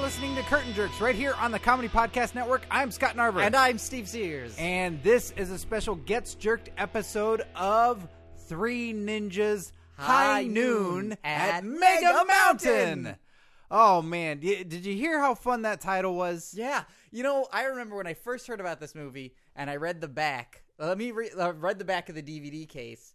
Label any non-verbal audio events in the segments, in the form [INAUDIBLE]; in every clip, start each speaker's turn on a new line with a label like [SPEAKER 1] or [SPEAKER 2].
[SPEAKER 1] listening to Curtain Jerks right here on the Comedy Podcast Network. I'm Scott Narver.
[SPEAKER 2] And I'm Steve Sears.
[SPEAKER 1] And this is a special Gets Jerked episode of Three Ninjas High,
[SPEAKER 2] High
[SPEAKER 1] Noon
[SPEAKER 2] Noon
[SPEAKER 1] at
[SPEAKER 2] at
[SPEAKER 1] Mega,
[SPEAKER 2] Mega
[SPEAKER 1] Mountain.
[SPEAKER 2] Mountain.
[SPEAKER 1] Oh, man. Y- Did you hear how fun that title was?
[SPEAKER 2] yeah, you know, I remember when I first heard about this movie and I read the back. Let me re- uh, read the back of the DVD case.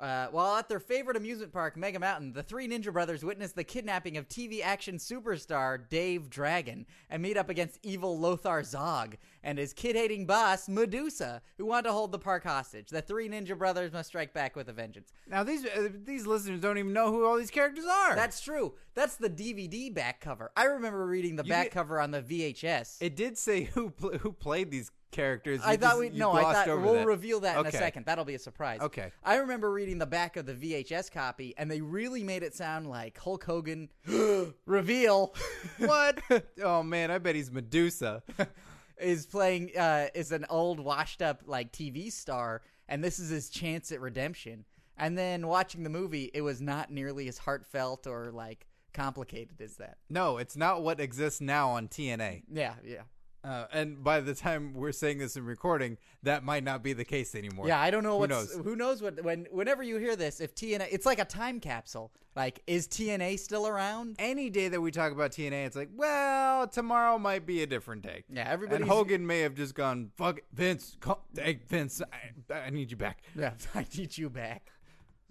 [SPEAKER 2] Uh, while at their favorite amusement park, Mega Mountain, the three Ninja Brothers witness the kidnapping of TV action superstar Dave Dragon and meet up against evil Lothar Zog and his kid-hating boss Medusa, who want to hold the park hostage. The three Ninja Brothers must strike back with a vengeance.
[SPEAKER 1] Now, these, uh, these listeners don't even know who all these characters are.
[SPEAKER 2] That's true. That's the DVD back cover. I remember reading the back
[SPEAKER 1] get-
[SPEAKER 2] cover on the VHS.
[SPEAKER 1] It did say who pl- who played these characters.
[SPEAKER 2] I
[SPEAKER 1] You
[SPEAKER 2] thought
[SPEAKER 1] just-
[SPEAKER 2] we
[SPEAKER 1] you
[SPEAKER 2] no. I
[SPEAKER 1] glossed
[SPEAKER 2] thought
[SPEAKER 1] over
[SPEAKER 2] we'll
[SPEAKER 1] that.
[SPEAKER 2] reveal that in
[SPEAKER 1] Okay.
[SPEAKER 2] a second. That'll be a surprise.
[SPEAKER 1] Okay.
[SPEAKER 2] I remember reading the back of the VHS copy, and they really made it sound like Hulk
[SPEAKER 1] [GASPS]
[SPEAKER 2] Hogan
[SPEAKER 1] [LAUGHS]
[SPEAKER 2] reveal
[SPEAKER 1] What? [LAUGHS] oh man, I bet he's Medusa. [LAUGHS]
[SPEAKER 2] is playing uh, is an old washed up like TV star, and this is his chance at redemption. And then watching the movie, it was not nearly as heartfelt or like complicated as that.
[SPEAKER 1] no, it's not what exists now on TNA.
[SPEAKER 2] Yeah, yeah,
[SPEAKER 1] Uh, and by the time we're saying this in recording, that might not be the case anymore.
[SPEAKER 2] yeah. I don't know
[SPEAKER 1] Who
[SPEAKER 2] what's
[SPEAKER 1] knows?
[SPEAKER 2] who knows what when whenever you hear this, if TNA, it's like a time capsule. Like, is TNA still around?
[SPEAKER 1] Any day that we talk about TNA, it's like, well, tomorrow might be a different day.
[SPEAKER 2] Yeah,
[SPEAKER 1] And
[SPEAKER 2] everybody's-
[SPEAKER 1] Hogan may have just gone, fuck it, Vince, call, hey, Vince, I, I need you back.
[SPEAKER 2] Yeah, [LAUGHS] I need you back.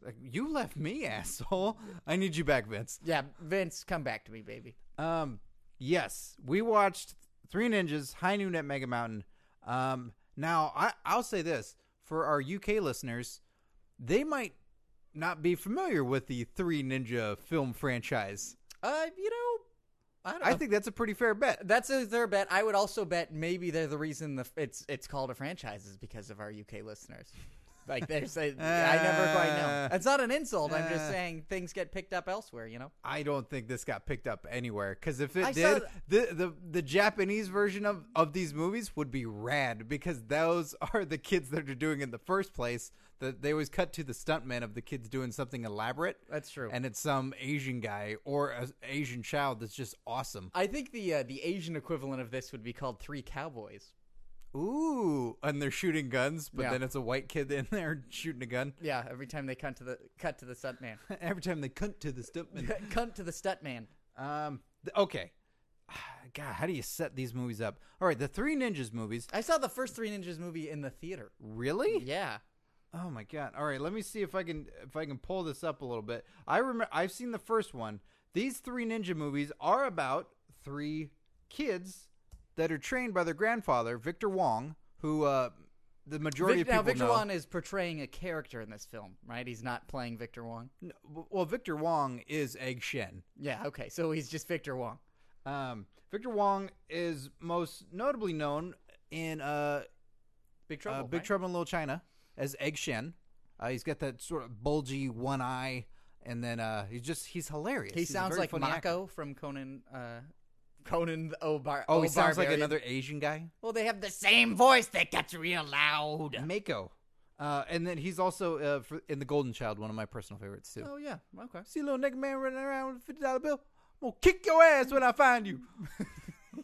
[SPEAKER 1] Like, you left me, [LAUGHS] asshole. I need you back, Vince.
[SPEAKER 2] Yeah, Vince, come back to me, baby.
[SPEAKER 1] Um, yes, we watched Three Ninjas High Noon at Mega Mountain. Um, now I I'll say this for our UK listeners, they might not be familiar with the Three Ninja film franchise.
[SPEAKER 2] Uh, you know, I don't.
[SPEAKER 1] I
[SPEAKER 2] know.
[SPEAKER 1] think that's a pretty fair bet.
[SPEAKER 2] that's a their bet. I would also bet maybe they're the reason the it's it's called a franchise is because of our UK listeners. Like there's a, I never quite know.
[SPEAKER 1] Uh,
[SPEAKER 2] It's not an insult. I'm just
[SPEAKER 1] uh.
[SPEAKER 2] saying things get picked up elsewhere. You know.
[SPEAKER 1] I don't think this got picked up anywhere because if it
[SPEAKER 2] I saw
[SPEAKER 1] did, the, the the Japanese version of of these movies would be rad because those [LAUGHS] are the kids that are doing it in the first place. That they always cut to the stuntmen of the kids doing something elaborate.
[SPEAKER 2] That's true.
[SPEAKER 1] and it's some Asian guy or an Asian child that's just awesome.
[SPEAKER 2] I think the uh, the Asian equivalent of this would be called Three Cowboys.
[SPEAKER 1] Ooh, and they're shooting guns, but
[SPEAKER 2] Yeah.
[SPEAKER 1] then it's a white kid in there [LAUGHS] shooting a gun.
[SPEAKER 2] Yeah, every time they cut to the cut to the stuntman, [LAUGHS]
[SPEAKER 1] Every time they cunt to the stuntman.
[SPEAKER 2] cut to the stuntman.
[SPEAKER 1] [LAUGHS] um, th- okay. [SIGHS] God, how do you set these movies up? All right, the Three Ninjas movies.
[SPEAKER 2] I saw the first Three Ninjas movie in the [LAUGHS] theater.
[SPEAKER 1] Really?
[SPEAKER 2] Yeah.
[SPEAKER 1] Oh my god! All right, let me see if I can if I can pull this up a little bit. I remember I've seen the first one. These three ninja movies are about three kids that are trained by their grandfather, Victor Wong, who uh, the majority of
[SPEAKER 2] Vic- now
[SPEAKER 1] people
[SPEAKER 2] Victor
[SPEAKER 1] know.
[SPEAKER 2] Wong is portraying a character in this film, right? He's not playing Victor Wong.
[SPEAKER 1] N- well, Victor Wong is Egg Shen.
[SPEAKER 2] Yeah, okay. So he's just Victor Wong.
[SPEAKER 1] Um, Victor Wong is most notably known in uh,
[SPEAKER 2] Big Trouble.
[SPEAKER 1] uh, Big
[SPEAKER 2] right?
[SPEAKER 1] Trouble in Little China as Egg Shen. Uh, he's got that sort of bulgy one eye, and then uh, he's just he's hilarious.
[SPEAKER 2] He
[SPEAKER 1] He's a
[SPEAKER 2] sounds
[SPEAKER 1] very
[SPEAKER 2] like
[SPEAKER 1] funny actor.
[SPEAKER 2] Mako from Conan. Uh, Conan the Obar.
[SPEAKER 1] Oh, he sounds like
[SPEAKER 2] Barbarian.
[SPEAKER 1] another Asian guy.
[SPEAKER 2] Well, they have the same voice that gets real loud.
[SPEAKER 1] Mako. Uh, and then he's also uh, for, in The Golden Child, one of my personal favorites, too.
[SPEAKER 2] Oh yeah. Okay.
[SPEAKER 1] See a little nigga man running around with a $50 bill? I'm going to kick your ass when I find you. [LAUGHS]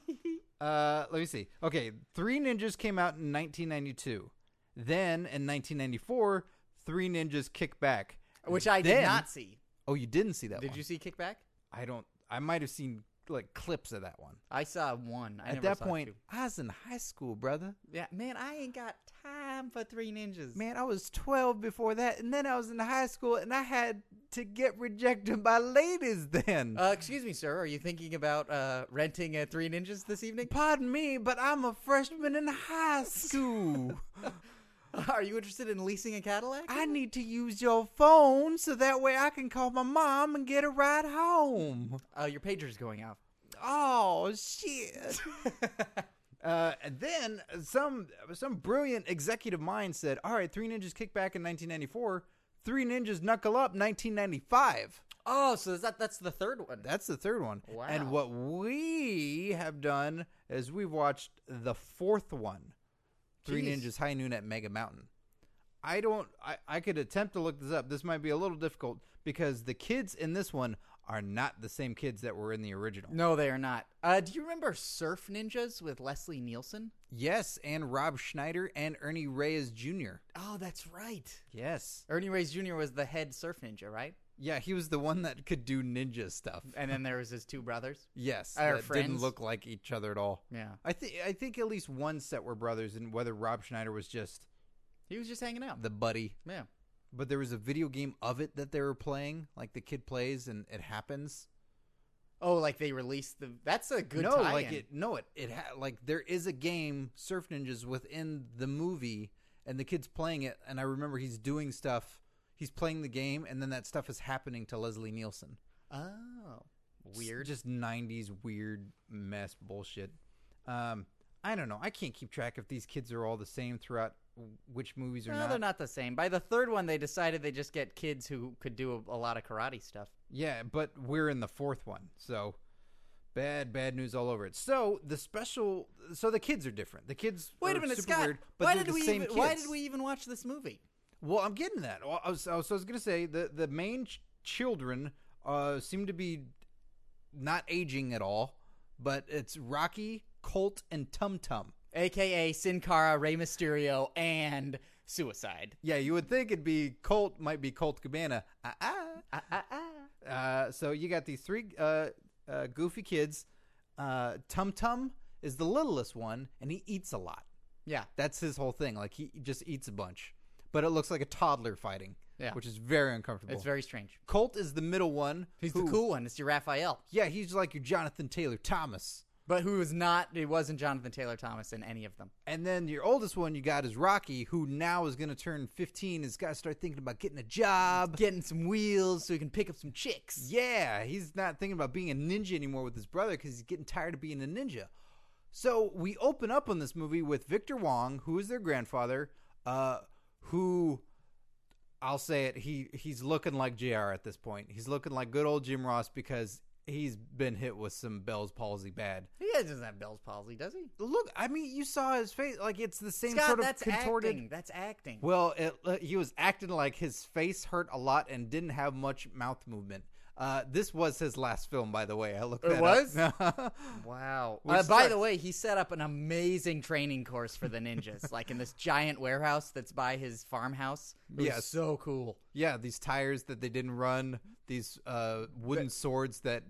[SPEAKER 1] uh, let me see. Okay, Three Ninjas came out in 1992. Then, in 1994, Three Ninjas Kick Back.
[SPEAKER 2] Which I did
[SPEAKER 1] Then-
[SPEAKER 2] not see.
[SPEAKER 1] Oh, you didn't see that
[SPEAKER 2] Did
[SPEAKER 1] one.
[SPEAKER 2] you see Kickback?
[SPEAKER 1] I don't. I might have seen, like, clips of that one.
[SPEAKER 2] I saw one. I
[SPEAKER 1] At
[SPEAKER 2] never
[SPEAKER 1] that
[SPEAKER 2] saw
[SPEAKER 1] point,
[SPEAKER 2] two.
[SPEAKER 1] I was in high school, brother.
[SPEAKER 2] yeah, man, I ain't got time for three ninjas.
[SPEAKER 1] Man, I was 12 before that, and then I was in high school, and I had to get rejected by ladies then.
[SPEAKER 2] Uh, excuse me, sir. Are you thinking about uh, renting a Three Ninjas this evening? [LAUGHS]
[SPEAKER 1] Pardon me, but I'm a freshman in high [LAUGHS] school.
[SPEAKER 2] Are you interested in leasing a Cadillac?
[SPEAKER 1] I need to use your phone so that way I can call my mom and get a ride home.
[SPEAKER 2] Uh, your pager's going off.
[SPEAKER 1] Oh, shit. [LAUGHS] Uh, and then some some brilliant executive mind said, "All right, Three Ninjas kick back in 1994, Three Ninjas knuckle up 1995."
[SPEAKER 2] oh, so is that that's the third one.
[SPEAKER 1] That's the third one.
[SPEAKER 2] Wow.
[SPEAKER 1] And what we have done is we've watched the fourth one, Three
[SPEAKER 2] Jeez.
[SPEAKER 1] Ninjas High Noon at Mega Mountain. I don't. I, I could attempt to look this up. This might be a little difficult because the kids in this one are not the same kids that were in the original.
[SPEAKER 2] No, they are not. Uh, do you remember Surf Ninjas with Leslie Nielsen?
[SPEAKER 1] Yes, and Rob Schneider and Ernie Reyes Jr.
[SPEAKER 2] Oh, that's right.
[SPEAKER 1] Yes.
[SPEAKER 2] Ernie Reyes Jr. was the head surf ninja, right?
[SPEAKER 1] Yeah, he was the one that could do ninja stuff.
[SPEAKER 2] And then there was his two brothers.
[SPEAKER 1] Yes,
[SPEAKER 2] Our
[SPEAKER 1] that didn't
[SPEAKER 2] friends.
[SPEAKER 1] look like each other at all.
[SPEAKER 2] Yeah,
[SPEAKER 1] I think I think at least one set were brothers, and whether Rob Schneider was just
[SPEAKER 2] he was just hanging out.
[SPEAKER 1] the buddy,
[SPEAKER 2] yeah,
[SPEAKER 1] but there was a video game of it that they were playing, like the kid plays and it happens.
[SPEAKER 2] Oh, like they released the. That's a good.
[SPEAKER 1] no,
[SPEAKER 2] tie-in.
[SPEAKER 1] like it, no, it, it ha- like there is a game Surf Ninjas within the movie, and the kid's playing it, and I remember he's doing stuff. He's playing the game, and then that stuff is happening to Leslie Nielsen.
[SPEAKER 2] Oh,
[SPEAKER 1] S-
[SPEAKER 2] weird.
[SPEAKER 1] just '90s weird mess bullshit. Um, I don't know. I can't keep track if these kids are all the same throughout w- which movies are
[SPEAKER 2] no, they're not the same. By the third one, they decided they just get kids who could do a, a lot of karate stuff.
[SPEAKER 1] Yeah, but we're in the fourth one, so bad, bad news all over it. So the special, so the kids are different. The kids.
[SPEAKER 2] Wait
[SPEAKER 1] are
[SPEAKER 2] a minute,
[SPEAKER 1] super
[SPEAKER 2] Scott.
[SPEAKER 1] Weird, but
[SPEAKER 2] why
[SPEAKER 1] they're
[SPEAKER 2] did
[SPEAKER 1] the
[SPEAKER 2] we?
[SPEAKER 1] same
[SPEAKER 2] even, Why
[SPEAKER 1] kids.
[SPEAKER 2] did we even watch this movie?
[SPEAKER 1] Well, I'm getting that. Well, I was, I was, so I was gonna say the the main ch- children uh, seem to be not aging at all, but it's Rocky, Colt, and Tum Tum.
[SPEAKER 2] AKA Sin Cara, Rey Mysterio, and Suicide.
[SPEAKER 1] Yeah, you would think it'd be Colt, might be Colt Cabana. Ah ah.
[SPEAKER 2] Ah, ah, ah.
[SPEAKER 1] Uh, so you got these three uh, uh, goofy kids. Uh, Tum Tum is the littlest one, and he eats a lot.
[SPEAKER 2] Yeah,
[SPEAKER 1] That's his whole thing. Like he just eats a bunch, but it looks like a toddler fighting,
[SPEAKER 2] Yeah.
[SPEAKER 1] which is very uncomfortable.
[SPEAKER 2] it's very strange.
[SPEAKER 1] Colt is the middle one.
[SPEAKER 2] He's
[SPEAKER 1] who-
[SPEAKER 2] the cool one. It's your Raphael,
[SPEAKER 1] Yeah, he's like your Jonathan Taylor Thomas.
[SPEAKER 2] but who was not? It wasn't Jonathan Taylor Thomas in any of them.
[SPEAKER 1] And then your oldest one you got is Rocky, who now is going to turn 15. Has got to start thinking about getting a job.
[SPEAKER 2] Getting some wheels so he can pick up some chicks.
[SPEAKER 1] Yeah, he's not thinking about being a ninja anymore with his brother because he's getting tired of being a ninja. So we open up on this movie with Victor Wong, who is their grandfather, uh, who I'll say it, he he's looking like JR at this point. He's looking like good old Jim Ross because he's been hit with some Bell's palsy bad.
[SPEAKER 2] He doesn't have Bell's palsy, does he?
[SPEAKER 1] Look, I mean, you saw his face; like it's the same
[SPEAKER 2] Scott,
[SPEAKER 1] sort of
[SPEAKER 2] that's
[SPEAKER 1] contorted.
[SPEAKER 2] acting. That's acting.
[SPEAKER 1] Well, it, uh, he was acting like his face hurt a lot and didn't have much mouth movement. Uh, this was his last film, by the way. I looked.
[SPEAKER 2] It
[SPEAKER 1] that up.
[SPEAKER 2] Wow.
[SPEAKER 1] Which
[SPEAKER 2] Uh, by
[SPEAKER 1] sucks.
[SPEAKER 2] the way, he set up an amazing training course for the [LAUGHS] ninjas, like in this giant warehouse that's by his farmhouse. It was
[SPEAKER 1] Yes.
[SPEAKER 2] so cool.
[SPEAKER 1] [LAUGHS] yeah, these tires that they didn't run, these uh, wooden swords that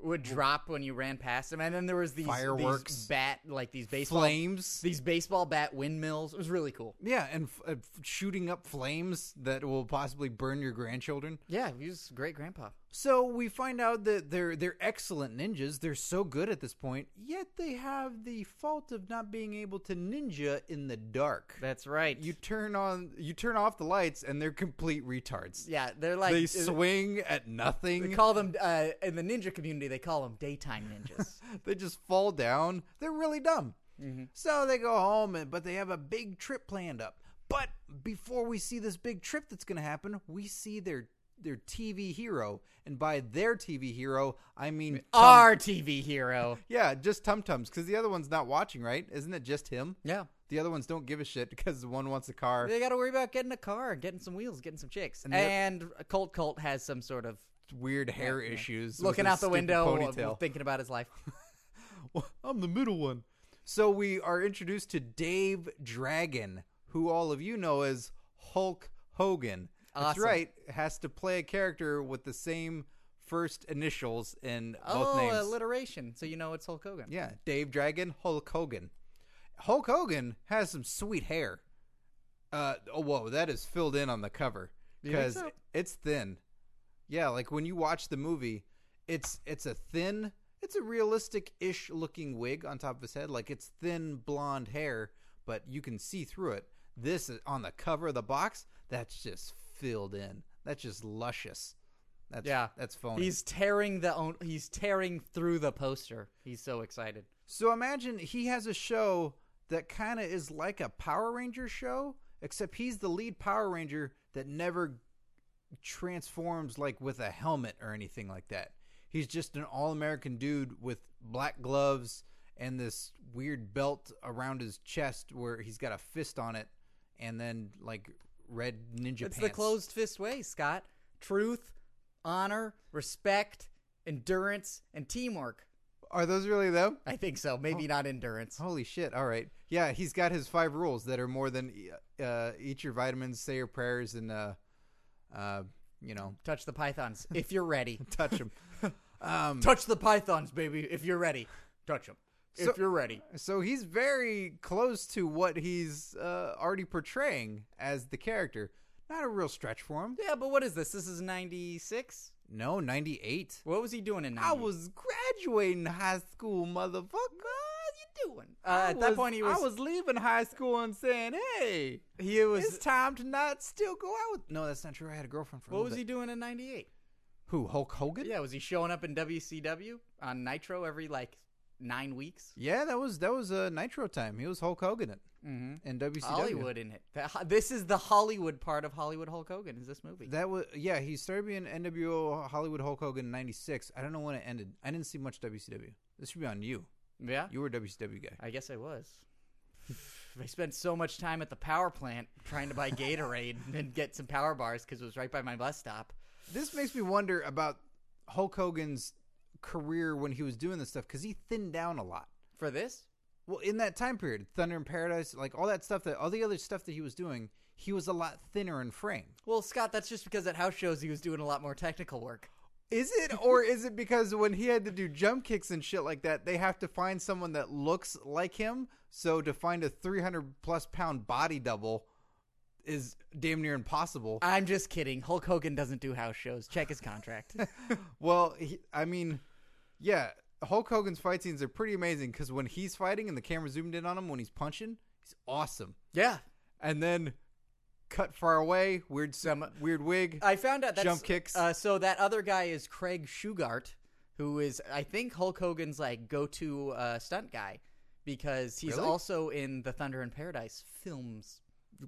[SPEAKER 2] Would drop when you ran past him, and then there was these these
[SPEAKER 1] Fireworks.
[SPEAKER 2] bat, like these baseball,
[SPEAKER 1] flames.
[SPEAKER 2] these baseball bat windmills. It was really cool.
[SPEAKER 1] yeah, and f- uh, f- shooting up flames that will possibly burn your grandchildren.
[SPEAKER 2] Yeah, he was great, grandpa.
[SPEAKER 1] So we find out that they're they're excellent ninjas. They're so good at this point, yet they have the fault of not being able to ninja in the dark.
[SPEAKER 2] That's right.
[SPEAKER 1] you turn on you turn off the lights and they're complete retards
[SPEAKER 2] yeah, they're like
[SPEAKER 1] they
[SPEAKER 2] uh,
[SPEAKER 1] swing at
[SPEAKER 2] they
[SPEAKER 1] nothing
[SPEAKER 2] call them uh, in the ninja community. They call them daytime
[SPEAKER 1] [LAUGHS]
[SPEAKER 2] ninjas.
[SPEAKER 1] they just fall down they're really dumb
[SPEAKER 2] Mm-hmm.
[SPEAKER 1] so they go home and, but they have a big trip planned up but before we see this big trip that's going to happen we see their their tv hero and by their tv hero i mean Tum-
[SPEAKER 2] Our TV hero.
[SPEAKER 1] yeah just tum tums because the other one's not watching right isn't it just him
[SPEAKER 2] Yeah.
[SPEAKER 1] the other ones don't give a shit because one wants a car
[SPEAKER 2] They got to worry about getting a car, getting some wheels, getting some chicks. And,
[SPEAKER 1] the-
[SPEAKER 2] Colt Colt has some sort of
[SPEAKER 1] weird hair issues with
[SPEAKER 2] looking
[SPEAKER 1] his
[SPEAKER 2] out the
[SPEAKER 1] stupid
[SPEAKER 2] window,
[SPEAKER 1] ponytail.
[SPEAKER 2] uh, thinking about his life.
[SPEAKER 1] Well, [LAUGHS] I'm the middle one. So we are introduced to Dave Dragon, who all of you know as Hulk Hogan. That's
[SPEAKER 2] Awesome.
[SPEAKER 1] right. Has to play a character with the same first initials in [LAUGHS] both
[SPEAKER 2] oh,
[SPEAKER 1] names.
[SPEAKER 2] alliteration. So you know it's Hulk Hogan.
[SPEAKER 1] yeah, Dave Dragon, Hulk Hogan. Hulk Hogan has some sweet hair. Uh oh, whoa, that is filled in on the cover
[SPEAKER 2] You think
[SPEAKER 1] because
[SPEAKER 2] so?
[SPEAKER 1] it's thin. Yeah, like when you watch the movie, it's it's a thin, it's a realistic-ish looking wig on top of his head. Like it's thin blonde hair, but you can see through it. This is on the cover of the box. That's just filled in. That's just luscious. That's
[SPEAKER 2] Yeah.
[SPEAKER 1] That's phony.
[SPEAKER 2] He's tearing the own, he's tearing through the poster. He's so excited.
[SPEAKER 1] So imagine he has a show that kind of is like a Power Ranger show, except he's the lead Power Ranger that never transforms like with a helmet or anything like that. He's just an all American dude with black gloves and this weird belt around his chest where he's got a fist on it and then like red ninja
[SPEAKER 2] It's
[SPEAKER 1] pants.
[SPEAKER 2] the closed fist way, Scott. Truth, honor, respect, endurance, and teamwork.
[SPEAKER 1] Are those really though?
[SPEAKER 2] I think so. Maybe not endurance.
[SPEAKER 1] Holy shit! All right, yeah, he's got his five rules that are more than uh, eat your vitamins, say your prayers, and uh, uh, you know,
[SPEAKER 2] Touch the pythons if you're [LAUGHS] ready.
[SPEAKER 1] touch them. um,
[SPEAKER 2] Touch the pythons, baby, if you're ready. Touch them
[SPEAKER 1] So-
[SPEAKER 2] if you're ready.
[SPEAKER 1] so he's very close to what he's uh, already portraying as the character. Not a real stretch for him.
[SPEAKER 2] Yeah, but what is this? This is 96?
[SPEAKER 1] No, ninety eight.
[SPEAKER 2] What was he doing in 90?
[SPEAKER 1] I was graduating high school, motherfucker.
[SPEAKER 2] What you doing? Uh,
[SPEAKER 1] I
[SPEAKER 2] at that point, he was,
[SPEAKER 1] I was leaving high school and saying, "Hey,
[SPEAKER 2] He was.
[SPEAKER 1] it's time to not still go out with." No, that's not true. I had a girlfriend for. a
[SPEAKER 2] what
[SPEAKER 1] little
[SPEAKER 2] was he
[SPEAKER 1] bit.
[SPEAKER 2] doing in 98?
[SPEAKER 1] Who? Hulk Hogan?
[SPEAKER 2] Yeah, was he showing up in WCW on Nitro every like nine weeks?
[SPEAKER 1] Yeah, that was that was uh, Nitro time. He was Hulk Hogan it
[SPEAKER 2] Mm-hmm.
[SPEAKER 1] in WCW.
[SPEAKER 2] Hollywood in it. The ho- This is the Hollywood part of Hollywood Hulk Hogan. Is this movie?
[SPEAKER 1] That was yeah. He started being NWO Hollywood Hulk Hogan in '96. I don't know when it ended. I didn't see much WCW. This should be on you.
[SPEAKER 2] yeah,
[SPEAKER 1] You were a WCW guy.
[SPEAKER 2] I guess I was. I spent so much time at the power plant trying to buy Gatorade [LAUGHS] and get some power bars because it was right by my bus stop.
[SPEAKER 1] This makes me wonder about Hulk Hogan's career when he was doing this stuff because he thinned down a lot.
[SPEAKER 2] For this,
[SPEAKER 1] Well, in that time period, Thunder in Paradise, like all that stuff that all the other stuff that he was doing, he was a lot thinner in frame.
[SPEAKER 2] well, Scott, that's just because at house shows he was doing a lot more technical work.
[SPEAKER 1] Is it or is it because when he had to do jump kicks and shit like that, they have to find someone that looks like him? So to find a 300 plus pound body double is damn near impossible.
[SPEAKER 2] I'm just kidding. Hulk Hogan doesn't do house shows. Check his contract.
[SPEAKER 1] Well, he, I mean, yeah, Hulk Hogan's fight scenes are pretty amazing because when he's fighting and the camera zoomed in on him when he's punching, he's awesome.
[SPEAKER 2] yeah,
[SPEAKER 1] And then cut far away, weird some weird wig.
[SPEAKER 2] I found out that's
[SPEAKER 1] Jump kicks.
[SPEAKER 2] Uh, so that other guy is Craig Shugart, who is I think Hulk Hogan's like go-to uh, stunt guy because he's
[SPEAKER 1] Really?
[SPEAKER 2] also in the Thunder in Paradise films.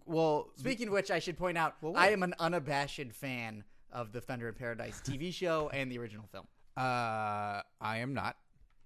[SPEAKER 1] well,
[SPEAKER 2] Speaking of which, I should point out
[SPEAKER 1] what?
[SPEAKER 2] I am an unabashed fan of the Thunder in Paradise
[SPEAKER 1] [LAUGHS]
[SPEAKER 2] TV show and the original film.
[SPEAKER 1] uh, I am not.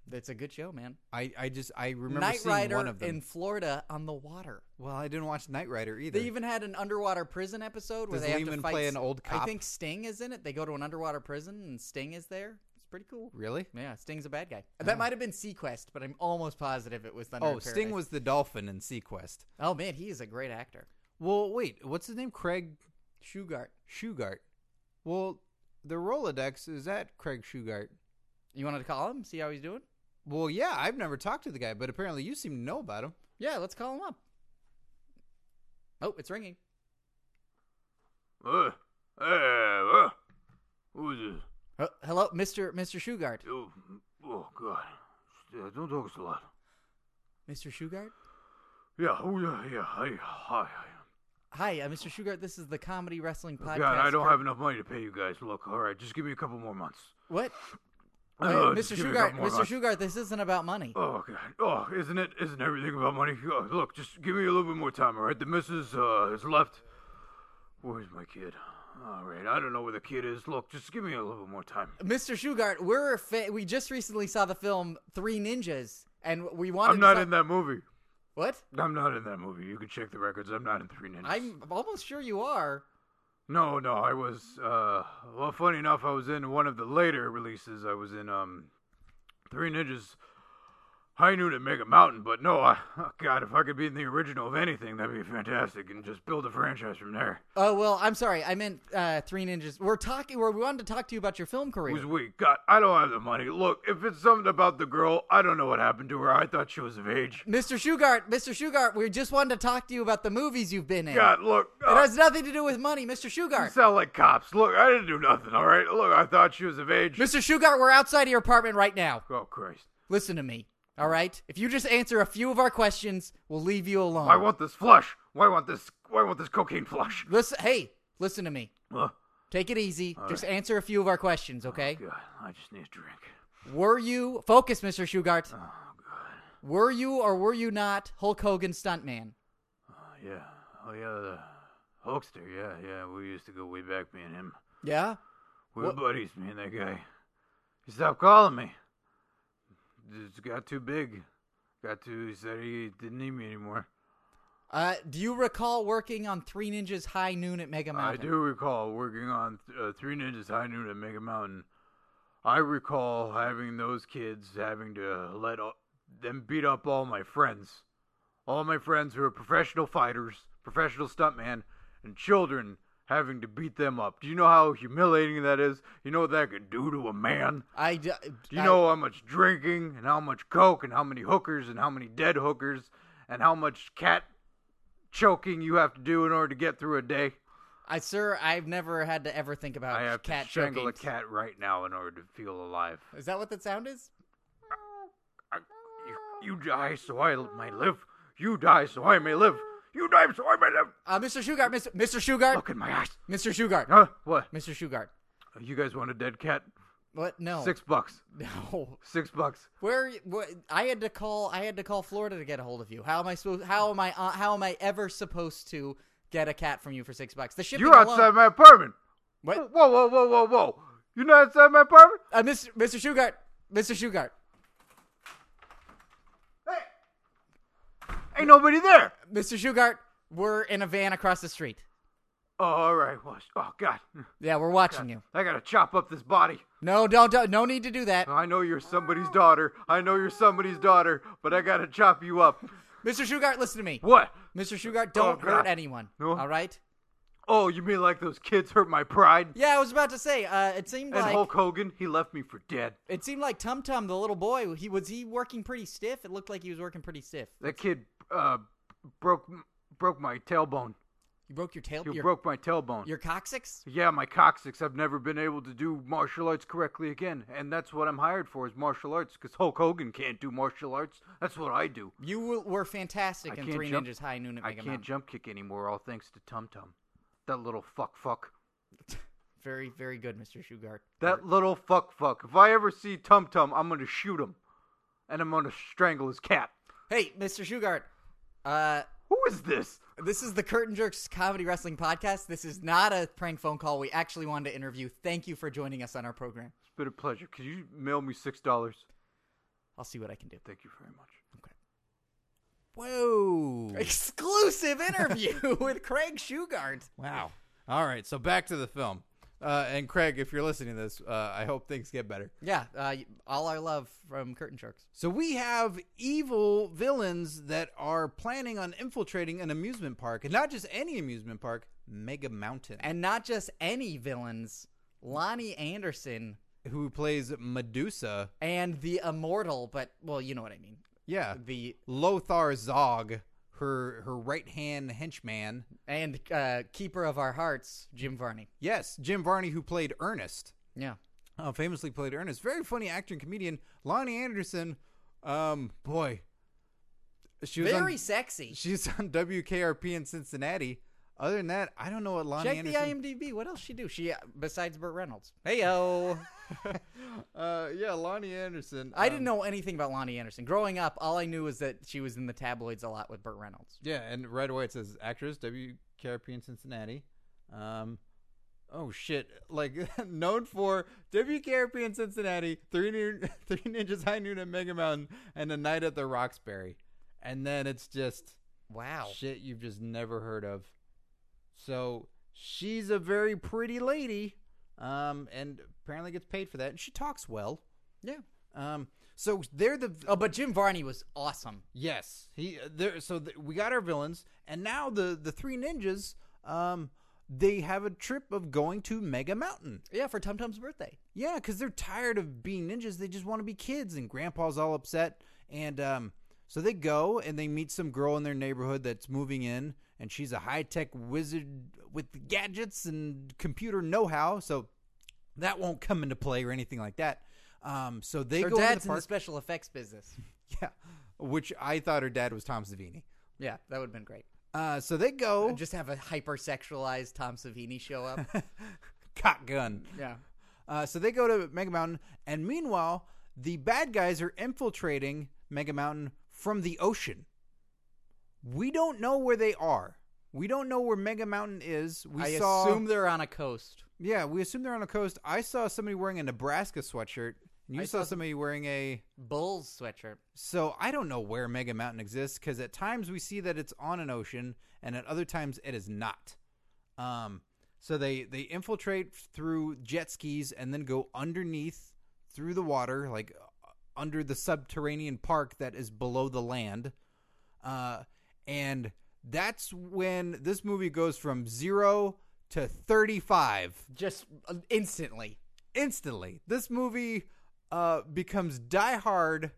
[SPEAKER 2] That's a good show, man.
[SPEAKER 1] I, I just I remember
[SPEAKER 2] Night
[SPEAKER 1] seeing one
[SPEAKER 2] Rider
[SPEAKER 1] of them.
[SPEAKER 2] in Florida on the water.
[SPEAKER 1] Well, I didn't watch Knight Rider either.
[SPEAKER 2] They even had an underwater prison episode where
[SPEAKER 1] Does
[SPEAKER 2] they have
[SPEAKER 1] Lehman
[SPEAKER 2] to fight.
[SPEAKER 1] play
[SPEAKER 2] s-
[SPEAKER 1] an old
[SPEAKER 2] I
[SPEAKER 1] cop?
[SPEAKER 2] think Sting is in it. They go to an underwater prison and Sting is there. It's pretty cool.
[SPEAKER 1] really?
[SPEAKER 2] Yeah, Sting's a bad guy. That might have been Sequest, but I'm almost positive it was Thunder.
[SPEAKER 1] Oh,
[SPEAKER 2] in
[SPEAKER 1] Sting
[SPEAKER 2] Paradise.
[SPEAKER 1] was the dolphin in Sequest.
[SPEAKER 2] Oh man, he is a great actor.
[SPEAKER 1] Well, wait, what's his name? Craig
[SPEAKER 2] Shugart.
[SPEAKER 1] Shugart. Well, the Rolodex is at Craig Shugart.
[SPEAKER 2] You wanted to call him, see how he's doing?
[SPEAKER 1] Well, yeah, I've never talked to the guy, but apparently you seem to know about him.
[SPEAKER 2] Yeah, let's call him up. Oh, it's ringing.
[SPEAKER 3] Uh, uh, uh, who's this?
[SPEAKER 2] Uh, hello, Mister Mister Shugart.
[SPEAKER 3] Oh, oh God! Uh, don't talk so loud.
[SPEAKER 2] Mister Shugart.
[SPEAKER 3] Yeah, oh yeah, yeah. Hi, hi, hi.
[SPEAKER 2] Hi, uh, Mister Shugart. This is the Comedy Wrestling Podcast.
[SPEAKER 3] Oh, God, I don't
[SPEAKER 2] for-
[SPEAKER 3] have enough money to pay you guys. Look, all right, just give me a couple more months.
[SPEAKER 2] what,
[SPEAKER 3] Uh,
[SPEAKER 2] Hey,
[SPEAKER 3] just
[SPEAKER 2] Mister
[SPEAKER 3] give me a couple
[SPEAKER 2] Shugart.
[SPEAKER 3] more
[SPEAKER 2] Mister
[SPEAKER 3] months.
[SPEAKER 2] Shugart, this isn't about money.
[SPEAKER 3] Oh God! Oh, isn't it? Isn't everything about money? Oh, look, just give me a little bit more time, all right? The missus uh, has left. Where's my kid? All right, I don't know where the kid is. Look, just give me a little bit more time.
[SPEAKER 2] Mister Shugart, we're fa- we just recently saw the film Three Ninjas, and we wanted.
[SPEAKER 3] I'm
[SPEAKER 2] to
[SPEAKER 3] not
[SPEAKER 2] talk-
[SPEAKER 3] in that movie.
[SPEAKER 2] What?
[SPEAKER 3] I'm not in that movie. You can check the records. I'm not in Three Ninjas.
[SPEAKER 2] I'm almost sure you are.
[SPEAKER 3] No, no, I was. Uh, well, funny enough, I was in one of the later releases. I was in um, Three Ninjas High Noon at Mega Mountain. But no, I, oh, God, if I could be in the original of anything, that'd be fantastic, and just build a franchise from there.
[SPEAKER 2] Oh well, I'm sorry. I meant uh, Three Ninjas. We're talking. We're, we wanted to talk to you about your film career.
[SPEAKER 3] Who's we? God, I don't have the money. Look, if it's something about the girl, I don't know what happened to her. I thought she was of age.
[SPEAKER 2] Mr. Shugart, Mr. Shugart, we just wanted to talk to you about the movies you've been in.
[SPEAKER 3] God, look,
[SPEAKER 2] It
[SPEAKER 3] uh,
[SPEAKER 2] has nothing to do with money, Mr.
[SPEAKER 3] you
[SPEAKER 2] Shugart.
[SPEAKER 3] sound like cops. Look, I didn't do nothing. All right, look, I thought she was of age.
[SPEAKER 2] Mr. Shugart, we're outside of your apartment right now.
[SPEAKER 3] Oh Christ!
[SPEAKER 2] Listen to me, all right? If you just answer a few of our questions, we'll leave you alone.
[SPEAKER 3] Why want this flush? Why want this? Why want this cocaine flush?
[SPEAKER 2] listen, hey, listen to me.
[SPEAKER 3] Uh,
[SPEAKER 2] Take it easy. just answer a few of our questions, okay?
[SPEAKER 3] God, I just need a drink.
[SPEAKER 2] Were you focus, Mr. Shugart? Oh, God. Were you or were you not Hulk Hogan stuntman?
[SPEAKER 3] Uh, yeah. Oh, yeah, the Hulkster. Yeah, yeah. We used to go way back, me and him.
[SPEAKER 2] Yeah.
[SPEAKER 3] We were buddies, me and that guy. He stopped calling me. Just got too big. Got too. He said he didn't need me anymore.
[SPEAKER 2] Uh, do you recall working on Three Ninjas High Noon at Mega Mountain?
[SPEAKER 3] I do recall working on th- uh, Three Ninjas High Noon at Mega Mountain. I recall having those kids having to let all, them beat up all my friends. All my friends who are professional fighters, professional stuntmen, and children having to beat them up. Do you know how humiliating that is? You know what that could do to a man?
[SPEAKER 2] I d-
[SPEAKER 3] Do you know how much drinking and how much coke and how many hookers and how many dead hookers and how much cat choking you have to do in order to get through a day?
[SPEAKER 2] I, sir, I've never had to ever think about
[SPEAKER 3] I have
[SPEAKER 2] cat
[SPEAKER 3] to strangle
[SPEAKER 2] chokings.
[SPEAKER 3] a cat right now in order to feel alive.
[SPEAKER 2] Is that what that sound is?
[SPEAKER 3] I, you, you die so I may live. You die so I may live. You die so I may live.
[SPEAKER 2] Uh, Mr. Shugart, Mr. Mr. Shugart,
[SPEAKER 3] Look in my eyes.
[SPEAKER 2] Mr. Shugart,
[SPEAKER 3] Huh? What?
[SPEAKER 2] Mr. Shugart.
[SPEAKER 3] You guys want a dead cat?
[SPEAKER 2] What? No.
[SPEAKER 3] Six bucks.
[SPEAKER 2] [LAUGHS] No.
[SPEAKER 3] Six bucks.
[SPEAKER 2] Where? What? I had to call. I had to call Florida to get a hold of you. How am I supposed? How am I? Uh, how am I ever supposed to get a cat from you for six bucks? The shipping
[SPEAKER 3] You're outside
[SPEAKER 2] alone.
[SPEAKER 3] my apartment.
[SPEAKER 2] What?
[SPEAKER 3] Whoa, whoa, whoa, whoa, whoa. You're not outside my apartment?
[SPEAKER 2] Uh, Mr. Mr. Shugart, Mr. Shugart,
[SPEAKER 3] Hey! Ain't nobody there.
[SPEAKER 2] Mr. Shugart. We're in a van across the street.
[SPEAKER 3] Oh, all right. Well, oh, God.
[SPEAKER 2] Yeah, we're watching you.
[SPEAKER 3] I gotta chop up this body.
[SPEAKER 2] No, don't, don't, no need to do that,
[SPEAKER 3] I know you're somebody's daughter. I know you're somebody's daughter, but I gotta chop you up.
[SPEAKER 2] Mr. Shugart. Listen to me,
[SPEAKER 3] What?
[SPEAKER 2] Mr. Shugart. Don't
[SPEAKER 3] Oh, God.
[SPEAKER 2] hurt anyone.
[SPEAKER 3] No.
[SPEAKER 2] All right.
[SPEAKER 3] Oh, you mean like those kids hurt my pride?
[SPEAKER 2] Yeah, I was about to say. Uh, it seemed
[SPEAKER 3] And
[SPEAKER 2] like
[SPEAKER 3] Hulk Hogan, he left me for dead.
[SPEAKER 2] it seemed like Tum Tum, the little boy. He was he working pretty stiff. It looked like he was working pretty stiff.
[SPEAKER 3] That kid uh, broke broke my tailbone.
[SPEAKER 2] You broke your tail.
[SPEAKER 3] He
[SPEAKER 2] your,
[SPEAKER 3] broke my tailbone.
[SPEAKER 2] your coccyx.
[SPEAKER 3] Yeah, my coccyx. I've never been able to do martial arts correctly again, and that's what I'm hired for is martial arts. Because Hulk Hogan can't do martial arts. That's what I do.
[SPEAKER 2] You w- were fantastic
[SPEAKER 3] I
[SPEAKER 2] in
[SPEAKER 3] can't
[SPEAKER 2] Three
[SPEAKER 3] jump-
[SPEAKER 2] Ninjas High Noon at
[SPEAKER 3] I
[SPEAKER 2] Mega
[SPEAKER 3] can't
[SPEAKER 2] Mountain.
[SPEAKER 3] jump kick anymore, all thanks to Tum Tum. That little fuck fuck.
[SPEAKER 2] Very, very good, Mr. Shugart.
[SPEAKER 3] That little fuck fuck. If I ever see Tum Tum, I'm gonna shoot him, and I'm gonna strangle his cat.
[SPEAKER 2] Hey, Mr. Shugart. Uh,
[SPEAKER 3] Who is this?
[SPEAKER 2] this is the Curtain Jerks Comedy Wrestling Podcast. This is not a prank phone call. We actually wanted to interview. Thank you for joining us on our program.
[SPEAKER 3] It's been a pleasure. Could you mail me six dollars?
[SPEAKER 2] I'll see what I can do.
[SPEAKER 3] Thank you very much.
[SPEAKER 1] Whoa.
[SPEAKER 2] Exclusive interview [LAUGHS] with Craig Shugart.
[SPEAKER 1] Wow. All right. So back to the film. Uh, and Craig, if you're listening to this, uh, I hope things get better.
[SPEAKER 2] Yeah, uh, all our love from Curtain Jerks.
[SPEAKER 1] So we have evil villains that are planning on infiltrating an amusement park, and not just any amusement park, Mega Mountain,
[SPEAKER 2] And not just any villains, Lonnie Anderson
[SPEAKER 1] who plays Medusa.
[SPEAKER 2] and the immortal, but, well, you know what I mean.
[SPEAKER 1] Yeah,
[SPEAKER 2] The
[SPEAKER 1] Lothar Zog, her her right hand henchman.
[SPEAKER 2] and uh, keeper of our hearts, Jim Varney.
[SPEAKER 1] Yes, Jim Varney, who played Ernest,
[SPEAKER 2] Yeah,
[SPEAKER 1] uh, famously played Ernest. Very funny actor and comedian. Lonnie Anderson, um, boy, she was on-
[SPEAKER 2] very sexy.
[SPEAKER 1] She's on WKRP in Cincinnati. Other than that, I don't know what Lonnie
[SPEAKER 2] Check
[SPEAKER 1] Anderson.
[SPEAKER 2] the IMDb. What else she do? She uh, besides Burt Reynolds. Hey [LAUGHS] yo,
[SPEAKER 1] [LAUGHS] uh, yeah, Lonnie Anderson.
[SPEAKER 2] I didn't
[SPEAKER 1] um,
[SPEAKER 2] know anything about Lonnie Anderson. Growing up, all I knew was that she was in the tabloids a lot with Burt Reynolds.
[SPEAKER 1] Yeah, and right away it says actress WKRP in Cincinnati. Um, oh shit! Like [LAUGHS] known for WKRP in Cincinnati, three nin- [LAUGHS] three ninjas high noon at Mega Mountain, and a night at the Roxbury. And then it's just
[SPEAKER 2] Wow.
[SPEAKER 1] shit you've just never heard of. So she's a very pretty lady, um, and apparently gets paid for that. And she talks well.
[SPEAKER 2] Yeah.
[SPEAKER 1] Um, so they're the
[SPEAKER 2] Oh, but Jim Varney was awesome.
[SPEAKER 1] yes he uh, there. So th- we got our villains, and now the the three ninjas. Um, they have a trip of going to Mega Mountain.
[SPEAKER 2] Yeah, for Tum Tum's birthday.
[SPEAKER 1] Yeah, because they're tired of being ninjas. They just want to be kids, and Grandpa's all upset. And um, so they go and they meet some girl in their neighborhood that's moving in, and she's a high tech wizard with gadgets and computer know how. So that won't come into play or anything like that. Um, so they
[SPEAKER 2] Her
[SPEAKER 1] go to
[SPEAKER 2] dad's
[SPEAKER 1] the
[SPEAKER 2] in the
[SPEAKER 1] park, [LAUGHS]
[SPEAKER 2] special effects business.
[SPEAKER 1] yeah, which I thought her dad was Tom Savini.
[SPEAKER 2] Yeah, that would have been great.
[SPEAKER 1] Uh, so they go
[SPEAKER 2] Just have a hypersexualized Tom Savini show up.
[SPEAKER 1] cock gun.
[SPEAKER 2] [LAUGHS] yeah.
[SPEAKER 1] Uh, so they go to Mega Mountain, and meanwhile, the bad guys are infiltrating Mega Mountain from the ocean. We don't know where they are. We don't know where Mega Mountain is. We
[SPEAKER 2] I
[SPEAKER 1] saw,
[SPEAKER 2] assume they're on a coast.
[SPEAKER 1] yeah, we assume they're on a coast. I saw somebody wearing a Nebraska sweatshirt. And you
[SPEAKER 2] I
[SPEAKER 1] saw,
[SPEAKER 2] saw-
[SPEAKER 1] somebody wearing a.
[SPEAKER 2] Bulls sweatshirt.
[SPEAKER 1] So I don't know where Mega Mountain exists because at times we see that it's on an ocean, and at other times it is not. Um, so they they infiltrate through jet skis and then go underneath through the water, like uh, under the subterranean park that is below the land. Uh, and that's when this movie goes from zero to 35
[SPEAKER 2] Just uh, instantly.
[SPEAKER 1] instantly. This movie uh, becomes Die Hard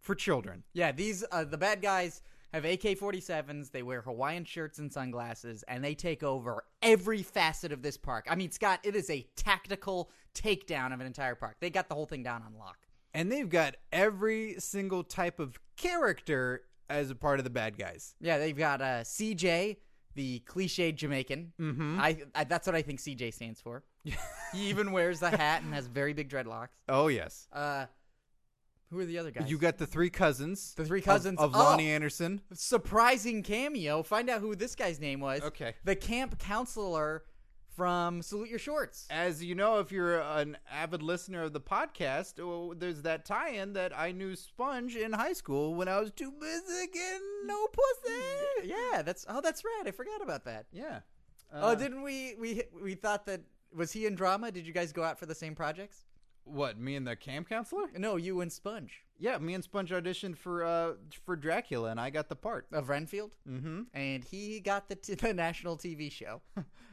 [SPEAKER 1] for children.
[SPEAKER 2] Yeah, these uh, the bad guys have AK-47s. They wear Hawaiian shirts and sunglasses, and they take over every facet of this park. I mean, Scott, it is a tactical takedown of an entire park. They got the whole thing down on lock.
[SPEAKER 1] And they've got every single type of character as a part of the bad guys.
[SPEAKER 2] Yeah, they've got uh, CJ, the cliched Jamaican. Mm-hmm. I, I that's what I think CJ stands for. [LAUGHS] he even wears the hat and has very big dreadlocks.
[SPEAKER 1] Oh, yes.
[SPEAKER 2] Uh, who are the other guys?
[SPEAKER 1] You got the three cousins.
[SPEAKER 2] The three
[SPEAKER 1] of-
[SPEAKER 2] cousins.
[SPEAKER 1] of,
[SPEAKER 2] Oh.
[SPEAKER 1] Lonnie Anderson.
[SPEAKER 2] surprising cameo. Find out who this guy's name was.
[SPEAKER 1] Okay.
[SPEAKER 2] The camp counselor from Salute Your Shorts.
[SPEAKER 1] As you know, if you're an avid listener of the podcast, oh, there's that tie-in that I knew Sponge in high school when I was too busy getting no pussy.
[SPEAKER 2] Yeah, that's oh, that's right. I forgot about that.
[SPEAKER 1] Yeah.
[SPEAKER 2] oh, didn't we we we thought that was he in drama? Did you guys go out for the same projects?
[SPEAKER 1] What? Me and the camp counselor?
[SPEAKER 2] No, you and Sponge
[SPEAKER 1] Yeah, me and Sponge auditioned for uh for Dracula, and I got the part.
[SPEAKER 2] of Renfield, mm-hmm. and he got the t- [LAUGHS] the national TV show.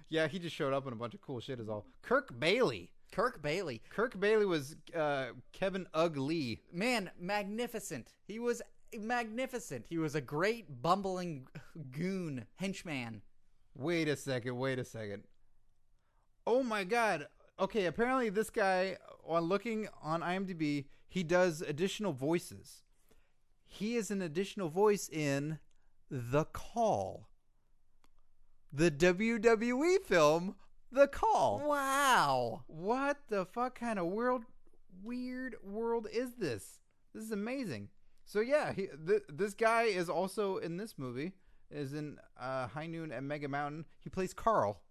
[SPEAKER 1] Yeah, he just showed up in a bunch of cool shit. Is all. Kirk Bailey.
[SPEAKER 2] Kirk Bailey,
[SPEAKER 1] Kirk Bailey was uh, Kevin Ugly.
[SPEAKER 2] man, magnificent. He was magnificent. He was a great bumbling goon henchman.
[SPEAKER 1] Wait a second. Wait a second. Oh my god. Okay, apparently this guy, on looking on IMDb, he does additional voices. He is an additional voice in The Call, the WWE film The Call.
[SPEAKER 2] Wow.
[SPEAKER 1] What the fuck kind of world, weird world is this? This is amazing. So yeah, he, th- this guy is also in this movie. Is in uh, High Noon at Mega Mountain. He plays Carl.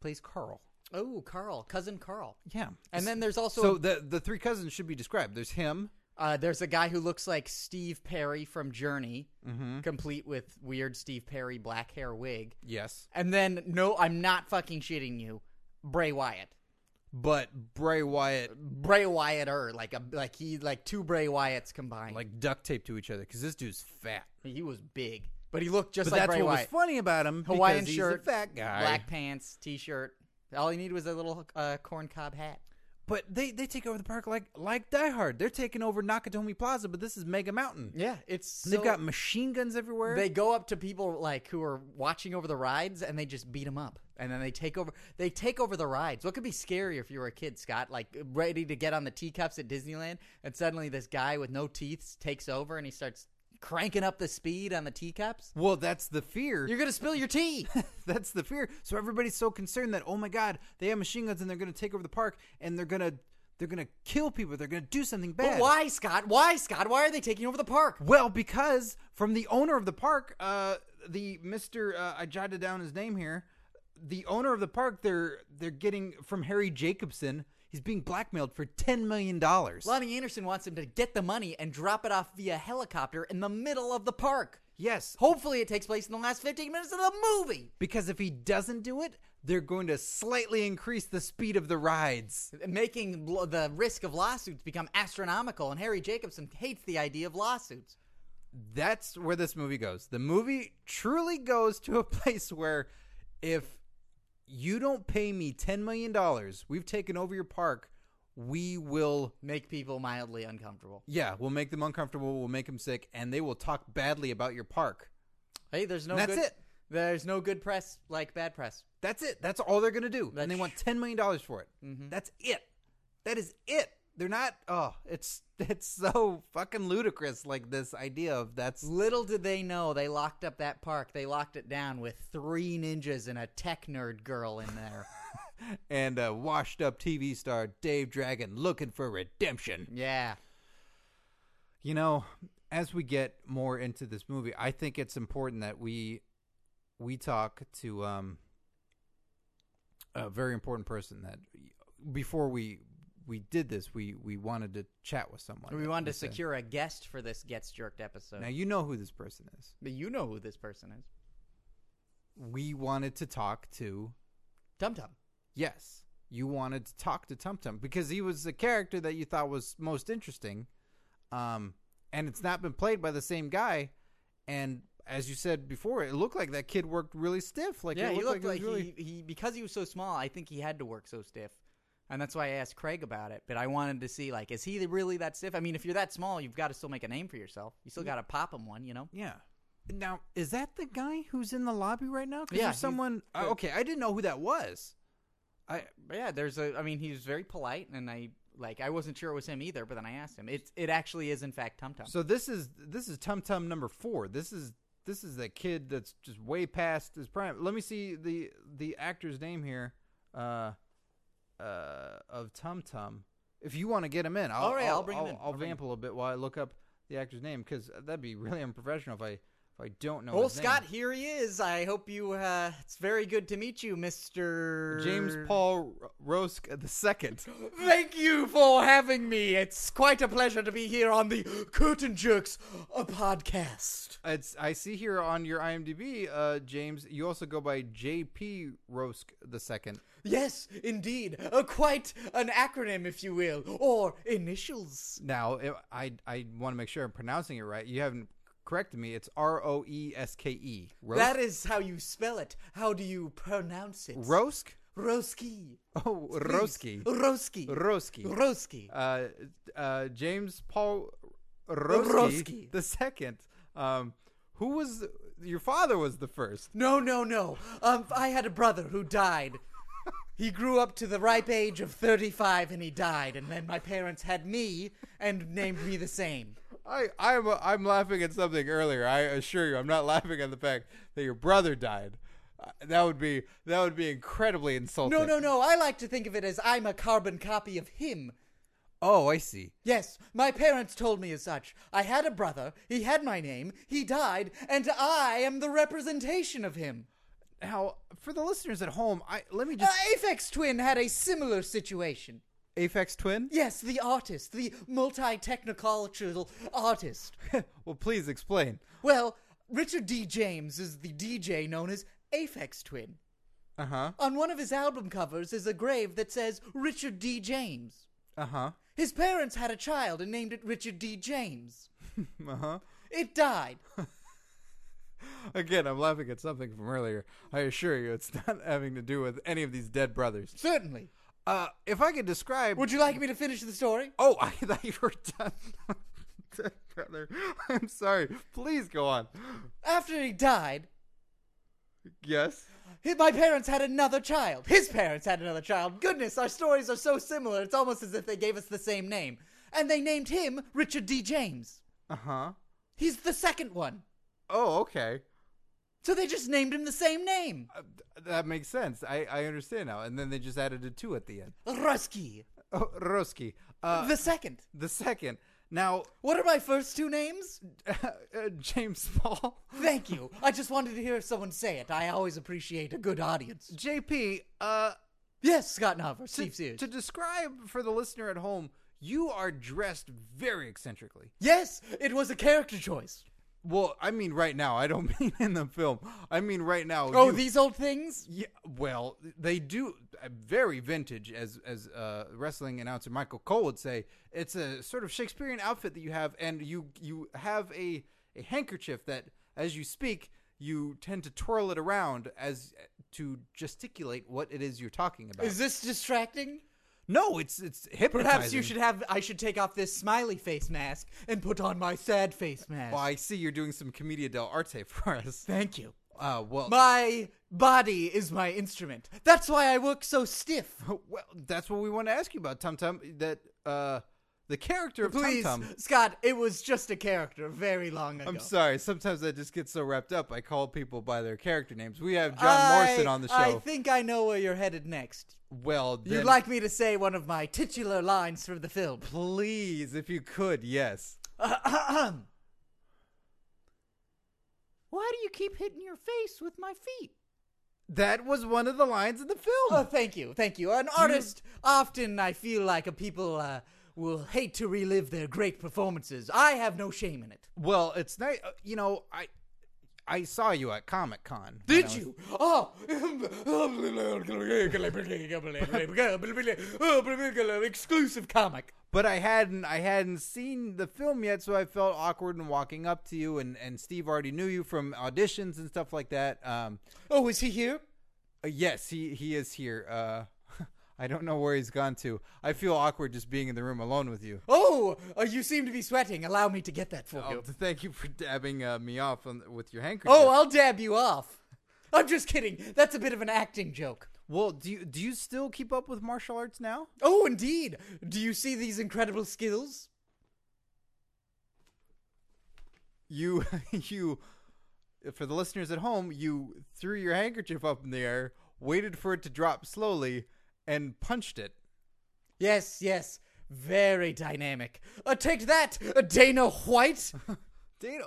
[SPEAKER 1] Plays Carl.
[SPEAKER 2] Oh, Carl, cousin Carl.
[SPEAKER 1] Yeah.
[SPEAKER 2] And then there's also
[SPEAKER 1] so the the three cousins should be described. There's him.
[SPEAKER 2] uh, there's a guy who looks like Steve Perry from Journey,
[SPEAKER 1] Mm-hmm.
[SPEAKER 2] complete with weird Steve Perry black hair wig.
[SPEAKER 1] Yes.
[SPEAKER 2] And then no, I'm not fucking shitting you, Bray Wyatt.
[SPEAKER 1] But Bray Wyatt
[SPEAKER 2] Bray Wyatt or like a like he like two Bray Wyatts combined.
[SPEAKER 1] like duct taped to each other because this dude's fat.
[SPEAKER 2] he was big, but he looked just
[SPEAKER 1] But
[SPEAKER 2] like
[SPEAKER 1] that's
[SPEAKER 2] Bray
[SPEAKER 1] what
[SPEAKER 2] Wyatt.
[SPEAKER 1] was funny about him.
[SPEAKER 2] Hawaiian
[SPEAKER 1] because he's
[SPEAKER 2] shirt,
[SPEAKER 1] a fat guy.
[SPEAKER 2] black pants, t-shirt. All he needed was a little uh, corn cob hat.
[SPEAKER 1] But they, they take over the park like like Die Hard. They're taking over Nakatomi Plaza, but this is Mega Mountain.
[SPEAKER 2] Yeah, it's
[SPEAKER 1] And They've got machine guns everywhere.
[SPEAKER 2] They go up to people like who are watching over the rides, and they just beat them up, and then they take over. They take over the rides. What could be scarier if you were a kid, Scott? Like ready to get on the teacups at Disneyland, and suddenly this guy with no teeth takes over, and he starts cranking up the speed on the teacups.
[SPEAKER 1] well, that's the fear.
[SPEAKER 2] You're gonna spill your tea.
[SPEAKER 1] [LAUGHS] that's the fear. So everybody's so concerned that oh my god, they have machine guns and they're going to take over the park and they're going to they're going to kill people. They're going to do something bad.
[SPEAKER 2] but why, Scott? Why, Scott? Why are they taking over the park?
[SPEAKER 1] Well, because from the owner of the park, uh, the Mister, uh, I jotted down his name here. The owner of the park, they're they're getting from Harry Jacobson. He's being blackmailed for ten million dollars.
[SPEAKER 2] Lonnie Anderson wants him to get the money and drop it off via helicopter in the middle of the park.
[SPEAKER 1] Yes,
[SPEAKER 2] Hopefully, it takes place in the last 15 minutes of the movie.
[SPEAKER 1] because if he doesn't do it, they're going to slightly increase the speed of the rides.
[SPEAKER 2] making l- the risk of lawsuits become astronomical, and Harry Jacobson hates the idea of lawsuits.
[SPEAKER 1] That's where this movie goes. The movie truly goes to a [LAUGHS] place where if you don't pay me $10 million, we've taken over your park, we will,
[SPEAKER 2] Make people mildly uncomfortable.
[SPEAKER 1] yeah, we'll make them uncomfortable, we'll make them sick, and they will talk badly about your park.
[SPEAKER 2] Hey, there's no
[SPEAKER 1] And that's
[SPEAKER 2] good,
[SPEAKER 1] it.
[SPEAKER 2] There's no good press like bad press.
[SPEAKER 1] That's it. That's all they're going to do.
[SPEAKER 2] That's
[SPEAKER 1] and
[SPEAKER 2] Mm-hmm.
[SPEAKER 1] they want $10 million for it. That's it. That is it. They're not, oh, it's, [LAUGHS] it's so fucking ludicrous, like this idea of that's
[SPEAKER 2] Little did they know they locked up that park. They locked it down with three ninjas and a tech nerd girl in
[SPEAKER 1] [LAUGHS]
[SPEAKER 2] there.
[SPEAKER 1] and uh, washed up TV star Dave Dragon looking for redemption.
[SPEAKER 2] yeah.
[SPEAKER 1] You know, as we get more into this movie, I think it's important that we we talk to um, a very important person that before we we did this, we we wanted to chat with someone.
[SPEAKER 2] We wanted to
[SPEAKER 1] said-
[SPEAKER 2] secure a guest for this Gets Jerked episode.
[SPEAKER 1] Now you know who this person is.
[SPEAKER 2] But you know who this person is.
[SPEAKER 1] We wanted to talk to
[SPEAKER 2] Dum Dum.
[SPEAKER 1] yes, you wanted to talk to Tum Tum because he was the character that you thought was most interesting. Um, and it's not been played by the same guy. And as you said before, it looked like that kid worked really stiff. Like
[SPEAKER 2] yeah,
[SPEAKER 1] it
[SPEAKER 2] he
[SPEAKER 1] like,
[SPEAKER 2] looked like,
[SPEAKER 1] he was really
[SPEAKER 2] he, he because he was so small. I think he had to work so stiff, and that's why I asked Craig about it. But I wanted to see like, is he really that stiff? I mean, if you're that small, you've got to still make a name for yourself. You still got to pop him one, you know.
[SPEAKER 1] Yeah. Now, is that the guy who's in the lobby right now? 'Cause
[SPEAKER 2] Yeah,
[SPEAKER 1] there's
[SPEAKER 2] he's-
[SPEAKER 1] someone. I- okay, I didn't know who that was. I
[SPEAKER 2] But yeah, there's a. I mean, he was very polite, and I like I wasn't sure it was him either. But then I asked him. It's it actually is in fact Tum Tum.
[SPEAKER 1] so this is this is Tum Tum number four. This is this is that kid that's just way past his prime. Let me see the the actor's name here, uh, uh, of Tum Tum. If you want to get him in, I'll,
[SPEAKER 2] All right,
[SPEAKER 1] I'll,
[SPEAKER 2] I'll bring him in.
[SPEAKER 1] I'll
[SPEAKER 2] I'll bring
[SPEAKER 1] vamp a little bit while I look up the actor's name because that'd be really unprofessional if I if I don't know.
[SPEAKER 2] Well,
[SPEAKER 1] his name.
[SPEAKER 2] Scott, here he is. I hope you. uh It's very good to meet you, Mister
[SPEAKER 1] James Paul Rosk the second.
[SPEAKER 2] Thank you for having me. It's quite a pleasure to be here on the Curtain Jerks a podcast.
[SPEAKER 1] It's I see here on your IMDb, uh, James. You also go by J.P. Rosk the second.
[SPEAKER 2] Yes, indeed. Uh, quite an acronym, if you will, or initials.
[SPEAKER 1] Now, if- I I want to make sure I'm pronouncing it right. You haven't corrected me. It's R O E S K E.
[SPEAKER 2] That is how you spell it. How do you pronounce it?
[SPEAKER 1] Rosk.
[SPEAKER 2] Roski.
[SPEAKER 1] Oh,
[SPEAKER 2] Please.
[SPEAKER 1] Roski.
[SPEAKER 2] Roski.
[SPEAKER 1] Roski.
[SPEAKER 2] Roski.
[SPEAKER 1] Uh, uh, James Paul
[SPEAKER 2] Roski.
[SPEAKER 1] Roski the second. Um, who was your father? Was the first.
[SPEAKER 2] No, no, no. Um, I had a brother who died. He grew up to the ripe age of 35 and he died, and then my parents had me and named me the same.
[SPEAKER 1] I, I'm I'm laughing at something earlier. I assure you, I'm not laughing at the fact that your brother died. Uh, That would be that would be incredibly insulting.
[SPEAKER 2] No, no, no. I like to think of it as I'm a carbon copy of him.
[SPEAKER 1] Oh, I see.
[SPEAKER 2] Yes, my parents told me as such. I had a brother, he had my name, he died, and I am the representation of him.
[SPEAKER 1] Now, for the listeners at home, I let me
[SPEAKER 2] Uh,
[SPEAKER 1] just
[SPEAKER 2] Aphex Twin had a similar situation.
[SPEAKER 1] Aphex Twin.
[SPEAKER 2] Yes, the artist, the multi technicultural artist.
[SPEAKER 1] [LAUGHS] Well, please explain.
[SPEAKER 2] Well, Richard D. James is the DJ known as Aphex Twin.
[SPEAKER 1] Uh huh.
[SPEAKER 2] On one of his album covers is a grave that says Richard D. James.
[SPEAKER 1] Uh huh.
[SPEAKER 2] His parents had a child and named it Richard D. James.
[SPEAKER 1] Uh huh.
[SPEAKER 2] It died.
[SPEAKER 1] Again, I'm laughing at something from earlier. I assure you, it's [LAUGHS] not having to do with any of these dead brothers.
[SPEAKER 2] Certainly.
[SPEAKER 1] Uh, if I could describe,
[SPEAKER 2] Would you like me to finish the story?
[SPEAKER 1] [LAUGHS] Oh, [LAUGHS] I thought you were done. [LAUGHS] Dead brother. [LAUGHS] I'm sorry. Please go on.
[SPEAKER 2] After he died,
[SPEAKER 1] Yes.
[SPEAKER 2] hi- my parents had another child. His parents had another child. Goodness, our stories are so similar. It's almost as if they gave us the same name. And they named him Richard D. James.
[SPEAKER 1] Uh huh.
[SPEAKER 2] He's the second one.
[SPEAKER 1] Oh, okay.
[SPEAKER 2] So they just named him the same name.
[SPEAKER 1] Uh, th- that makes sense. I, I understand now. And then they just added a two at the end. [LAUGHS]
[SPEAKER 2] Rusky.
[SPEAKER 1] Oh, Roski. Uh,
[SPEAKER 2] the second.
[SPEAKER 1] the second. Now, [LAUGHS]
[SPEAKER 2] What are my first two names?
[SPEAKER 1] uh, James Paul. [LAUGHS]
[SPEAKER 2] Thank you. I just wanted to hear someone say it. I always appreciate a good audience.
[SPEAKER 1] JP, uh,
[SPEAKER 2] Yes, Scott Nover,
[SPEAKER 1] to,
[SPEAKER 2] Steve Sears.
[SPEAKER 1] to describe for the listener at home, you are dressed very eccentrically.
[SPEAKER 2] yes, it was a character choice.
[SPEAKER 1] Well, I mean, right now. I don't [LAUGHS] mean in the film. I mean, right now.
[SPEAKER 2] Oh,
[SPEAKER 1] you-
[SPEAKER 2] these old things?
[SPEAKER 1] Yeah, well, they do uh, very vintage, as as uh, wrestling announcer Michael Cole would say. It's a sort of Shakespearean outfit that you have, and you you have a a handkerchief that, as you speak, you tend to twirl it around as uh, to gesticulate what it is you're talking about.
[SPEAKER 2] Is this distracting?
[SPEAKER 1] no, it's it's hypnotizing.
[SPEAKER 2] Perhaps you should have. I should take off this smiley face mask and put on my sad face mask.
[SPEAKER 1] Well, I see you're doing some commedia dell'arte [LAUGHS] for us.
[SPEAKER 2] Thank you.
[SPEAKER 1] Uh, well,
[SPEAKER 2] My body is my instrument. That's why I work so stiff.
[SPEAKER 1] [LAUGHS] well, that's what we want to ask you about, Tum Tum. That uh, the character of Tum
[SPEAKER 2] Please,
[SPEAKER 1] Tum.
[SPEAKER 2] Scott, it was just a character very long ago.
[SPEAKER 1] I'm sorry. Sometimes I just get so wrapped up. I call people by their character names. We have John Morrison
[SPEAKER 2] I-
[SPEAKER 1] on the show.
[SPEAKER 2] I think I know where you're headed next.
[SPEAKER 1] well, then,
[SPEAKER 2] You'd like me to say one of my titular lines from the film. [CLEARS THROAT]
[SPEAKER 1] please, if you could, yes.
[SPEAKER 2] Why do you keep hitting your face with my feet?
[SPEAKER 1] That was one of the lines in the film.
[SPEAKER 2] Oh, thank you, thank you. An artist, often I feel like a people uh, will hate to relive their great performances. I have no shame in it.
[SPEAKER 1] well, it's nice. You uh, know, I I saw you at Comic Con.
[SPEAKER 2] Did you? Oh, exclusive comic.
[SPEAKER 1] But I hadn't I hadn't seen the film yet, so I felt awkward in walking up to you. And, and Steve already knew you from auditions and stuff like that. Um,
[SPEAKER 2] Oh, is he here?
[SPEAKER 1] uh, yes, he he is here. Uh, [LAUGHS] I don't know where he's gone to. I feel awkward just being in the room alone with you.
[SPEAKER 2] Oh, uh, you seem to be sweating. Allow me to get that for
[SPEAKER 1] Oh,
[SPEAKER 2] you.
[SPEAKER 1] thank you for dabbing uh, me off on, with your handkerchief.
[SPEAKER 2] Oh, I'll dab you off. I'm just kidding. That's a bit of an acting joke.
[SPEAKER 1] well, do you do you still keep up with martial arts now?
[SPEAKER 2] Oh, indeed. Do you see these incredible skills?
[SPEAKER 1] you [LAUGHS] you for the listeners at home you threw your handkerchief up in the air waited for it to drop slowly and punched it
[SPEAKER 2] Yes, yes. Very dynamic. Uh, take that, uh, Dana White.
[SPEAKER 1] dana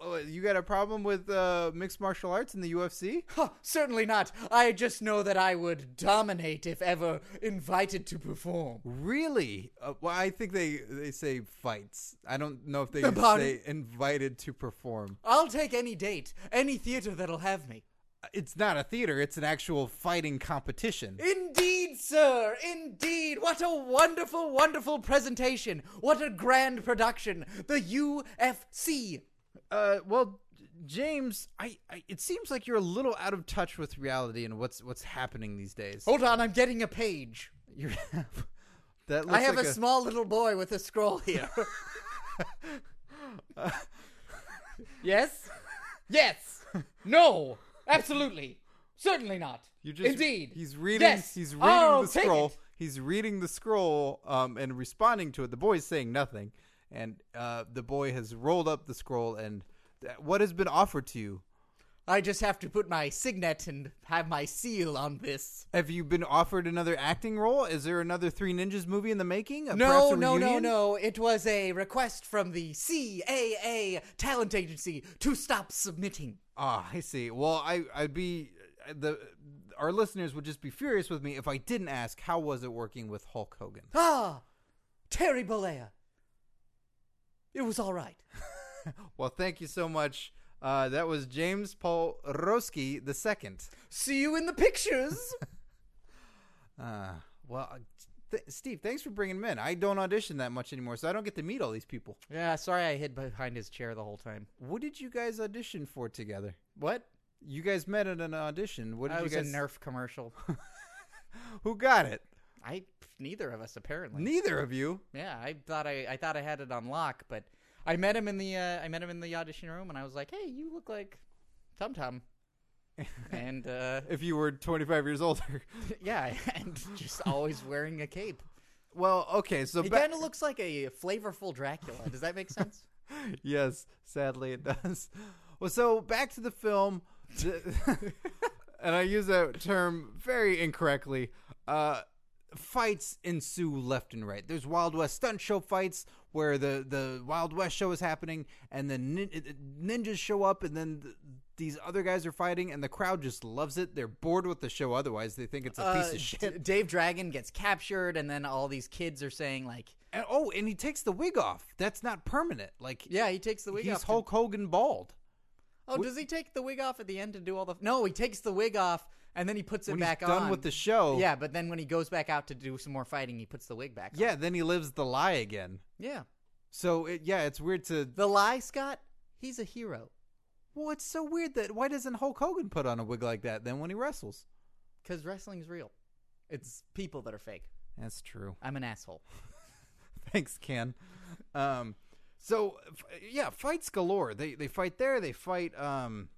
[SPEAKER 1] oh, you got a problem with uh, mixed martial arts in the ufc
[SPEAKER 2] Huh, certainly not. I just know that I would dominate if ever invited to perform.
[SPEAKER 1] really uh, well i think they they say fights i don't know if [LAUGHS] they
[SPEAKER 2] About-
[SPEAKER 1] say invited to perform
[SPEAKER 2] I'll take any date, any theater that'll have me.
[SPEAKER 1] it's not a theater it's an actual fighting competition
[SPEAKER 2] Indeed, sir, indeed. What a wonderful, wonderful presentation. What a grand production. The UFC.
[SPEAKER 1] uh, well, J- James, I, I it seems like you're a little out of touch with reality and what's what's happening these days.
[SPEAKER 2] Hold on, I'm getting a page.
[SPEAKER 1] [LAUGHS] You have that. Looks
[SPEAKER 2] I have
[SPEAKER 1] like
[SPEAKER 2] a, small little boy with a scroll
[SPEAKER 1] [LAUGHS]
[SPEAKER 2] here. yes? Yes. No. Absolutely. Certainly not.
[SPEAKER 1] you just,
[SPEAKER 2] Indeed.
[SPEAKER 1] He's reading.
[SPEAKER 2] Yes.
[SPEAKER 1] He's reading
[SPEAKER 2] Oh,
[SPEAKER 1] the
[SPEAKER 2] take
[SPEAKER 1] scroll.
[SPEAKER 2] it.
[SPEAKER 1] He's reading the scroll um, and responding to it. The boy's saying nothing, and uh, the boy has rolled up the scroll. And th- what has been offered to you?
[SPEAKER 2] I just have to put my signet and have my seal on this.
[SPEAKER 1] Have you been offered another acting role? Is there another Three Ninjas movie in the making? A- perhaps
[SPEAKER 2] No,
[SPEAKER 1] a
[SPEAKER 2] no, no,
[SPEAKER 1] reunion?
[SPEAKER 2] no. It was a request from the CAA talent agency to stop submitting.
[SPEAKER 1] Ah, I see. Well, I I'd be I- the our listeners would just be furious with me if I didn't ask how was it working with Hulk Hogan.
[SPEAKER 2] Ah, Terry Bollea. It was all right.
[SPEAKER 1] Well, thank you so much. Uh, that was James Paul Roski the second.
[SPEAKER 2] See you in the pictures.
[SPEAKER 1] Uh, well, th- Steve, thanks for bringing him in. I don't audition that much anymore, so I don't get to meet all these people.
[SPEAKER 2] [LAUGHS] yeah, sorry I hid behind his chair the whole time.
[SPEAKER 1] What did you guys audition for together?
[SPEAKER 2] What?
[SPEAKER 1] You guys met at an audition. What did
[SPEAKER 2] I
[SPEAKER 1] you
[SPEAKER 2] was
[SPEAKER 1] guys?
[SPEAKER 2] a Nerf commercial.
[SPEAKER 1] [LAUGHS] Who got it?
[SPEAKER 2] I neither of us apparently.
[SPEAKER 1] Neither of you.
[SPEAKER 2] yeah, I thought I, I thought I had it on lock, but I met him in the uh, I met him in the audition room, and I was like, "Hey, you look like
[SPEAKER 1] [LAUGHS]
[SPEAKER 2] Tum Tum," and uh,
[SPEAKER 1] If you were 25 years older. [LAUGHS]
[SPEAKER 2] yeah, [LAUGHS] and just always wearing a cape.
[SPEAKER 1] well, okay, so
[SPEAKER 2] He
[SPEAKER 1] ba-
[SPEAKER 2] kind of looks like a flavorful Dracula. Does that make sense?
[SPEAKER 1] yes, sadly it does. Well, so back to the film, The- [LAUGHS] and I use that term very incorrectly. Uh, fights ensue left and right. There's Wild West stunt show fights where the the Wild West show is happening, and the nin- uh, ninjas show up, and then. th these other guys are fighting, and the crowd just loves it. They're bored with the show, otherwise they think it's a [LAUGHS] piece
[SPEAKER 2] Uh,
[SPEAKER 1] of shit.
[SPEAKER 2] D- Dave Dragon gets captured, and then all these kids are saying like,
[SPEAKER 1] And, oh, and he takes the wig off. That's not permanent. Like
[SPEAKER 2] "Yeah, he takes the wig
[SPEAKER 1] he's
[SPEAKER 2] off." to-
[SPEAKER 1] Hulk Hogan bald.
[SPEAKER 2] oh, does he take the wig off at the end to do all the? No, he takes the wig off, and then he puts it
[SPEAKER 1] When
[SPEAKER 2] back
[SPEAKER 1] he's done
[SPEAKER 2] on.
[SPEAKER 1] with the show,
[SPEAKER 2] Yeah, but then when he goes back out to do some more fighting, he puts the wig back. on.
[SPEAKER 1] Yeah, then he lives the lie again.
[SPEAKER 2] yeah.
[SPEAKER 1] So it, yeah, it's weird to.
[SPEAKER 2] The lie, Scott. He's a hero
[SPEAKER 1] Well, it's so weird that why doesn't Hulk Hogan put on a wig like that then when he wrestles?
[SPEAKER 2] because wrestling's real. It's people that are fake.
[SPEAKER 1] That's true. [LAUGHS]
[SPEAKER 2] I'm an asshole.
[SPEAKER 1] Thanks, Ken. Um, so f- yeah, fights galore. They they fight there. They fight. Um,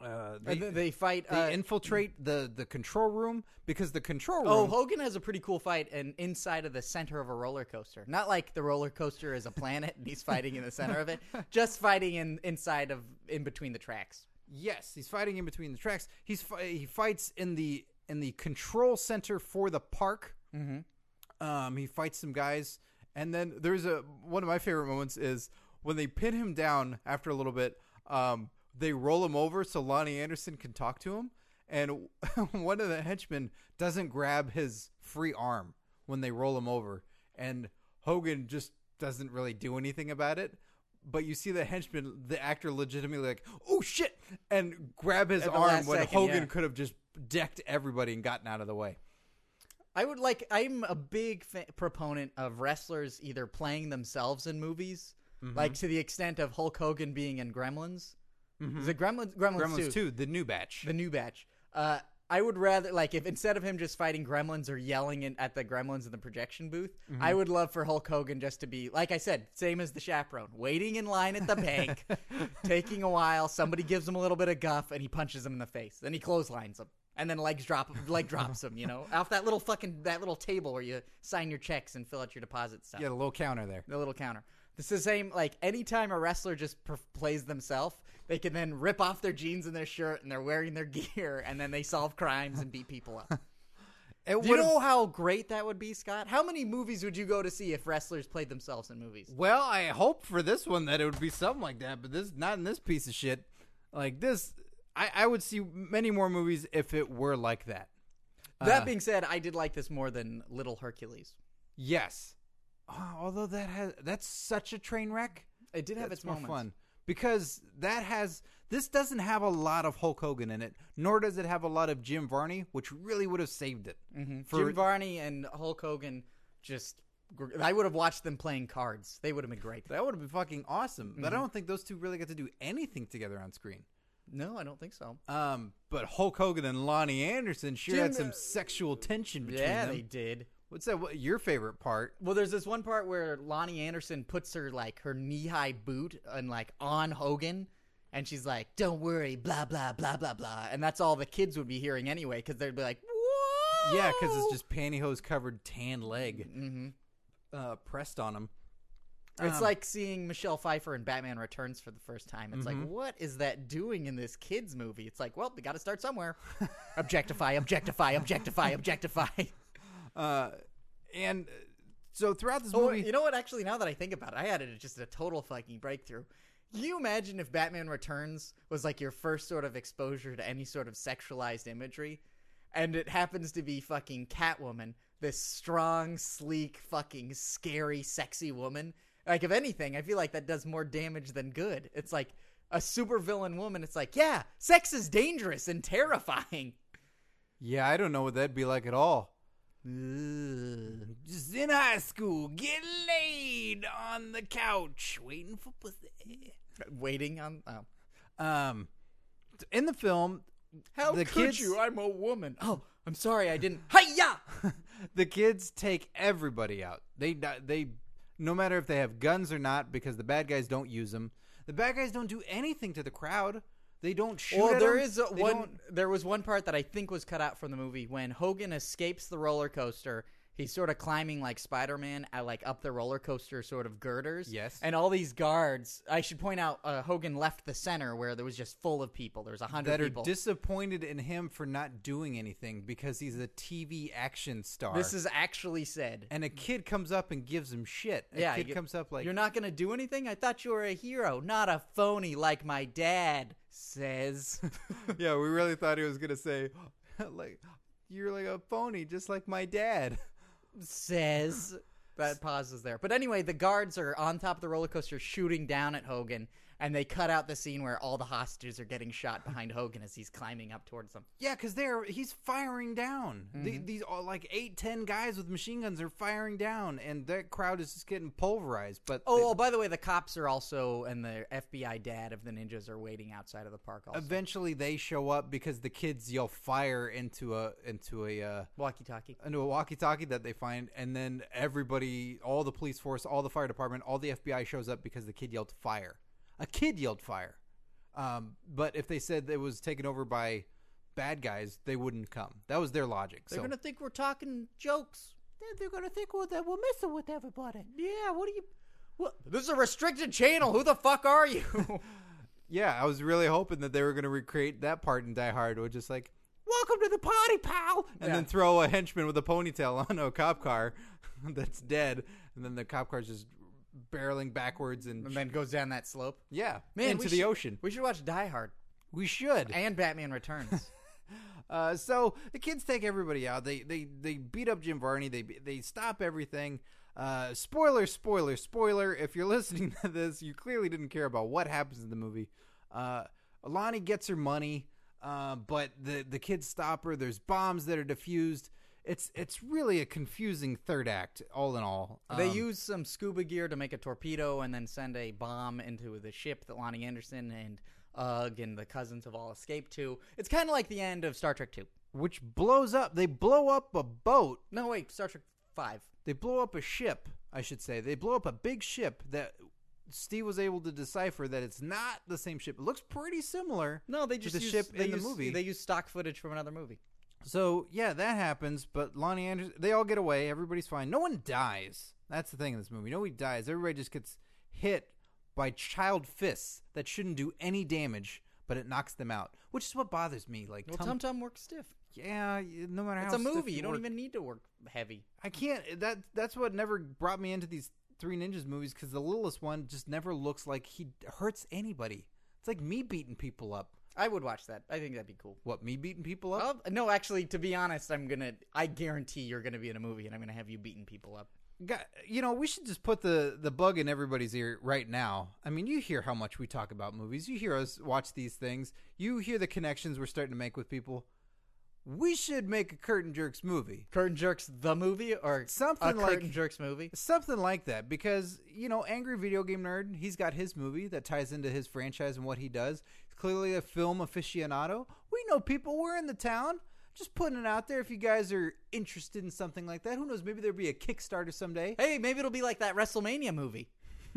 [SPEAKER 1] uh, they,
[SPEAKER 2] And
[SPEAKER 1] they,
[SPEAKER 2] then they fight. uh,
[SPEAKER 1] infiltrate the the control room because the control room.
[SPEAKER 2] Oh, Hogan has a pretty cool fight and inside of the center of a roller coaster. Not like the roller coaster is a planet [LAUGHS] and he's fighting in the
[SPEAKER 1] [LAUGHS]
[SPEAKER 2] center of it. Just fighting in inside of in between the tracks.
[SPEAKER 1] Yes, he's fighting in between the tracks. He's fi- he fights in the in the control center for the park. Mm-hmm. Um, he fights some guys, and then there's a one of my favorite moments is when they pin him down after a little bit. Um, they roll him over so Lonnie Anderson can talk to him, and [LAUGHS] one of the henchmen doesn't grab his free arm when they roll him over, and Hogan just doesn't really do anything about it. but you see the henchman, the actor, legitimately like, "Oh shit!" and grab his
[SPEAKER 2] At the
[SPEAKER 1] arm
[SPEAKER 2] last
[SPEAKER 1] when
[SPEAKER 2] second,
[SPEAKER 1] Hogan
[SPEAKER 2] yeah.
[SPEAKER 1] could have just decked everybody and gotten out of the way.
[SPEAKER 2] I would like. I'm a big fa- proponent of wrestlers either playing themselves in movies, like to the extent of Hulk Hogan being in Gremlins. Is it Gremlins? Gremlins,
[SPEAKER 1] Gremlins
[SPEAKER 2] 2,
[SPEAKER 1] two, the new batch.
[SPEAKER 2] the new batch. Uh, I would rather like if instead of him just fighting Gremlins or yelling in, at the Gremlins in the projection booth, I would love for Hulk Hogan just to be like I said, same as the chaperone, waiting in line at the bank, taking a while. Somebody gives him a little bit of guff, and he punches him in the face. Then he clotheslines him, and then legs drop leg drops him. You know, off that little fucking that little table where you sign your checks and fill out your deposit stuff
[SPEAKER 1] yeah, the little counter there.
[SPEAKER 2] the little counter. This is the same, like, anytime a wrestler just per- plays themselves, they can then rip off their jeans and their shirt and they're wearing their [LAUGHS] gear and then they solve crimes and beat people
[SPEAKER 1] [LAUGHS]
[SPEAKER 2] up.
[SPEAKER 1] It
[SPEAKER 2] Do you
[SPEAKER 1] would've-
[SPEAKER 2] know how great that would be, Scott? How many movies would you go to see if wrestlers played themselves in movies?
[SPEAKER 1] Well, I hope for this one that it would be something like that, but this not in this piece of shit. Like this, I, I would see many more movies if it were like that. Uh,
[SPEAKER 2] that being said, I did like this more than Little Hercules.
[SPEAKER 1] Yes, Ah, although that has that's such a train wreck.
[SPEAKER 2] It did have
[SPEAKER 1] That's
[SPEAKER 2] its
[SPEAKER 1] more
[SPEAKER 2] moments.
[SPEAKER 1] fun because that has this doesn't have a lot of Hulk Hogan in it, nor does it have a lot of Jim Varney, which really would have saved it. Mm-hmm. For
[SPEAKER 2] Jim Varney and Hulk Hogan just. gr- I would have watched them playing cards. They would have been great.
[SPEAKER 1] that would have been fucking awesome, but
[SPEAKER 2] Mm-hmm.
[SPEAKER 1] I don't think those two really got to do anything together on screen.
[SPEAKER 2] No, I don't think so.
[SPEAKER 1] Um, but Hulk Hogan and Lonnie Anderson sure had
[SPEAKER 2] Jim-
[SPEAKER 1] some sexual tension between
[SPEAKER 2] Yeah,
[SPEAKER 1] them.
[SPEAKER 2] they did.
[SPEAKER 1] What's that? What, your favorite part?
[SPEAKER 2] Well, there's this one part where Lonnie Anderson puts her like her knee high boot and like on Hogan, and she's like, "Don't worry, blah blah blah blah blah," and that's all the kids would be hearing anyway because they'd be like, "Whoa!"
[SPEAKER 1] Yeah, because it's just pantyhose covered tan leg uh, pressed on him. um,
[SPEAKER 2] it's like seeing Michelle Pfeiffer in Batman Returns for the first time. It's
[SPEAKER 1] Mm-hmm.
[SPEAKER 2] like, what is that doing in this kids movie? It's like, well, we got to start somewhere. [LAUGHS] objectify, objectify, objectify, objectify.
[SPEAKER 1] Uh, and uh, so throughout this
[SPEAKER 2] Oh,
[SPEAKER 1] movie,
[SPEAKER 2] you know what? Actually, now that I think about it, I had it just a total fucking breakthrough. Can you imagine if Batman Returns was like your first sort of exposure to any sort of sexualized imagery, and it happens to be fucking Catwoman, this strong, sleek, fucking scary, sexy woman? Like, if anything, I feel like that does more damage than good. It's like a supervillain woman. It's like, yeah, sex is dangerous and terrifying. [LAUGHS]
[SPEAKER 1] yeah, I don't know what that'd be like at all.
[SPEAKER 2] Ugh.
[SPEAKER 1] Just in high school, get laid on the couch, waiting for pussy.
[SPEAKER 2] Waiting on. Oh.
[SPEAKER 1] Um, in the film,
[SPEAKER 2] How
[SPEAKER 1] The
[SPEAKER 2] could
[SPEAKER 1] kids-
[SPEAKER 2] you? I'm a woman. Oh, I'm sorry,
[SPEAKER 1] [SIGHS]
[SPEAKER 2] I didn't. Hiya!
[SPEAKER 1] the kids take everybody out. They they no matter if they have guns or not because the bad guys don't use them. The bad guys don't do anything to the crowd. They don't shoot.
[SPEAKER 2] Well,
[SPEAKER 1] at
[SPEAKER 2] there
[SPEAKER 1] them.
[SPEAKER 2] is a,
[SPEAKER 1] They
[SPEAKER 2] one.
[SPEAKER 1] don't-
[SPEAKER 2] There was one part that I think was cut out from the movie when Hogan escapes the roller coaster. He's sort of climbing like Spider-Man, at, like up the roller coaster sort of girders.
[SPEAKER 1] Yes.
[SPEAKER 2] And all these guards. I should point out, uh, Hogan left the center where there was just full of people. There was a hundred
[SPEAKER 1] that are
[SPEAKER 2] people.
[SPEAKER 1] disappointed in him for not doing anything because he's a TV action star.
[SPEAKER 2] this is actually said.
[SPEAKER 1] and a kid comes up and gives him shit. A
[SPEAKER 2] yeah,
[SPEAKER 1] kid
[SPEAKER 2] you-
[SPEAKER 1] comes up like [LAUGHS]
[SPEAKER 2] you're not gonna do anything. I thought you were a hero, not a phony like my dad says.
[SPEAKER 1] yeah, we really thought he was gonna say [LAUGHS] like you're like a phony, just like my dad. [LAUGHS]
[SPEAKER 2] says that pauses there. But anyway, the guards are on top of the roller coaster shooting down at Hogan, and they cut out the scene where all the hostages are getting shot behind Hogan as he's climbing up towards them.
[SPEAKER 1] Yeah, because they're he's firing down. The,
[SPEAKER 2] Mm-hmm.
[SPEAKER 1] these all like eight, ten guys with machine guns are firing down, and that crowd is just getting pulverized. But
[SPEAKER 2] Oh, oh, by the way, the cops are also and the FBI dad of the ninjas are waiting outside of the park.
[SPEAKER 1] they-
[SPEAKER 2] Also,
[SPEAKER 1] eventually they show up because the kids yell fire into a into a uh,
[SPEAKER 2] walkie-talkie.
[SPEAKER 1] into a walkie-talkie that they find, and then everybody, all the police force, all the fire department, all the FBI shows up because the kid yelled fire. A kid yelled fire. Um, but if they said it was taken over by bad guys, they wouldn't come. That was their logic.
[SPEAKER 2] They're
[SPEAKER 1] so.
[SPEAKER 2] gonna think we're talking jokes.
[SPEAKER 1] they're gonna think well, that we're messing with everybody.
[SPEAKER 2] Yeah, what are you? What? This is a restricted channel. Who the fuck are you?
[SPEAKER 1] Yeah, I was really hoping that they were going to recreate that part in Die Hard, which is like, "Welcome to the party, pal," and then
[SPEAKER 2] Yeah.
[SPEAKER 1] throw a henchman with a ponytail on a cop car [LAUGHS] that's dead, and then the cop car's just barreling backwards and,
[SPEAKER 2] [LAUGHS] and then goes down that slope.
[SPEAKER 1] yeah,
[SPEAKER 2] Man,
[SPEAKER 1] into
[SPEAKER 2] we
[SPEAKER 1] the
[SPEAKER 2] should-
[SPEAKER 1] ocean.
[SPEAKER 2] We should watch Die Hard
[SPEAKER 1] We should.
[SPEAKER 2] and Batman [LAUGHS] Returns.
[SPEAKER 1] Uh, so the kids take everybody out. They they they beat up Jim Varney. They they stop everything. Uh, spoiler, spoiler, spoiler. If you're [LAUGHS] listening to this, you clearly didn't care about what happens in the movie. Uh, Alani gets her money, uh, but the the kids stop her. There's bombs that are diffused. It's it's really a confusing third act, all in all.
[SPEAKER 2] They
[SPEAKER 1] Um,
[SPEAKER 2] use some scuba gear to make a torpedo and then send a bomb into the ship that Lonnie Anderson and Ugg and the cousins have all escaped to. It's kind of like the end of Star Trek 2.
[SPEAKER 1] which blows up. They blow up a boat
[SPEAKER 2] No, wait, Star Trek 5.
[SPEAKER 1] they blow up a ship i should say they blow up a big ship that steve was able to decipher that it's not the same ship it looks pretty similar
[SPEAKER 2] No, they
[SPEAKER 1] to
[SPEAKER 2] just
[SPEAKER 1] the
[SPEAKER 2] use,
[SPEAKER 1] ship
[SPEAKER 2] they
[SPEAKER 1] in the
[SPEAKER 2] use-
[SPEAKER 1] movie
[SPEAKER 2] They use stock footage from another movie.
[SPEAKER 1] so yeah that happens but lonnie anderson they all get away everybody's fine no one dies that's the thing in this movie nobody dies everybody just gets hit by child fists that shouldn't do any damage but it knocks them out which is what bothers me like
[SPEAKER 2] Well,
[SPEAKER 1] tum-
[SPEAKER 2] Tum Tum works stiff.
[SPEAKER 1] yeah no matter
[SPEAKER 2] It's
[SPEAKER 1] how
[SPEAKER 2] a
[SPEAKER 1] stiff
[SPEAKER 2] movie. You don't
[SPEAKER 1] work-
[SPEAKER 2] even need to work heavy.
[SPEAKER 1] I can't. That that's what never brought me into these Three Ninjas movies because the littlest one just never looks like he hurts anybody. It's like me beating people up.
[SPEAKER 2] I would watch that. I think that'd be cool.
[SPEAKER 1] What me beating people up?
[SPEAKER 2] Oh, no, actually, to be honest, I'm gonna. I guarantee you're gonna be in a movie, and I'm gonna have you beating people up.
[SPEAKER 1] God, you know, we should just put the the bug in everybody's ear right now. I mean, you hear how much we talk about movies. You hear us watch these things. You hear the connections we're starting to make with people. We should make a curtain jerks movie.
[SPEAKER 2] Curtain Jerks, the movie, or
[SPEAKER 1] Something
[SPEAKER 2] a
[SPEAKER 1] like-
[SPEAKER 2] Curtain Jerks movie.
[SPEAKER 1] Something like that, because you know, angry video game nerd. He's got his movie that ties into his franchise and what he does. He's clearly a film aficionado. We know people. We're in the town. Just putting it out there. If you guys are interested in something like that, who knows? Maybe there'll be a Kickstarter someday.
[SPEAKER 2] Hey, maybe it'll be like that WrestleMania movie.
[SPEAKER 1] [LAUGHS]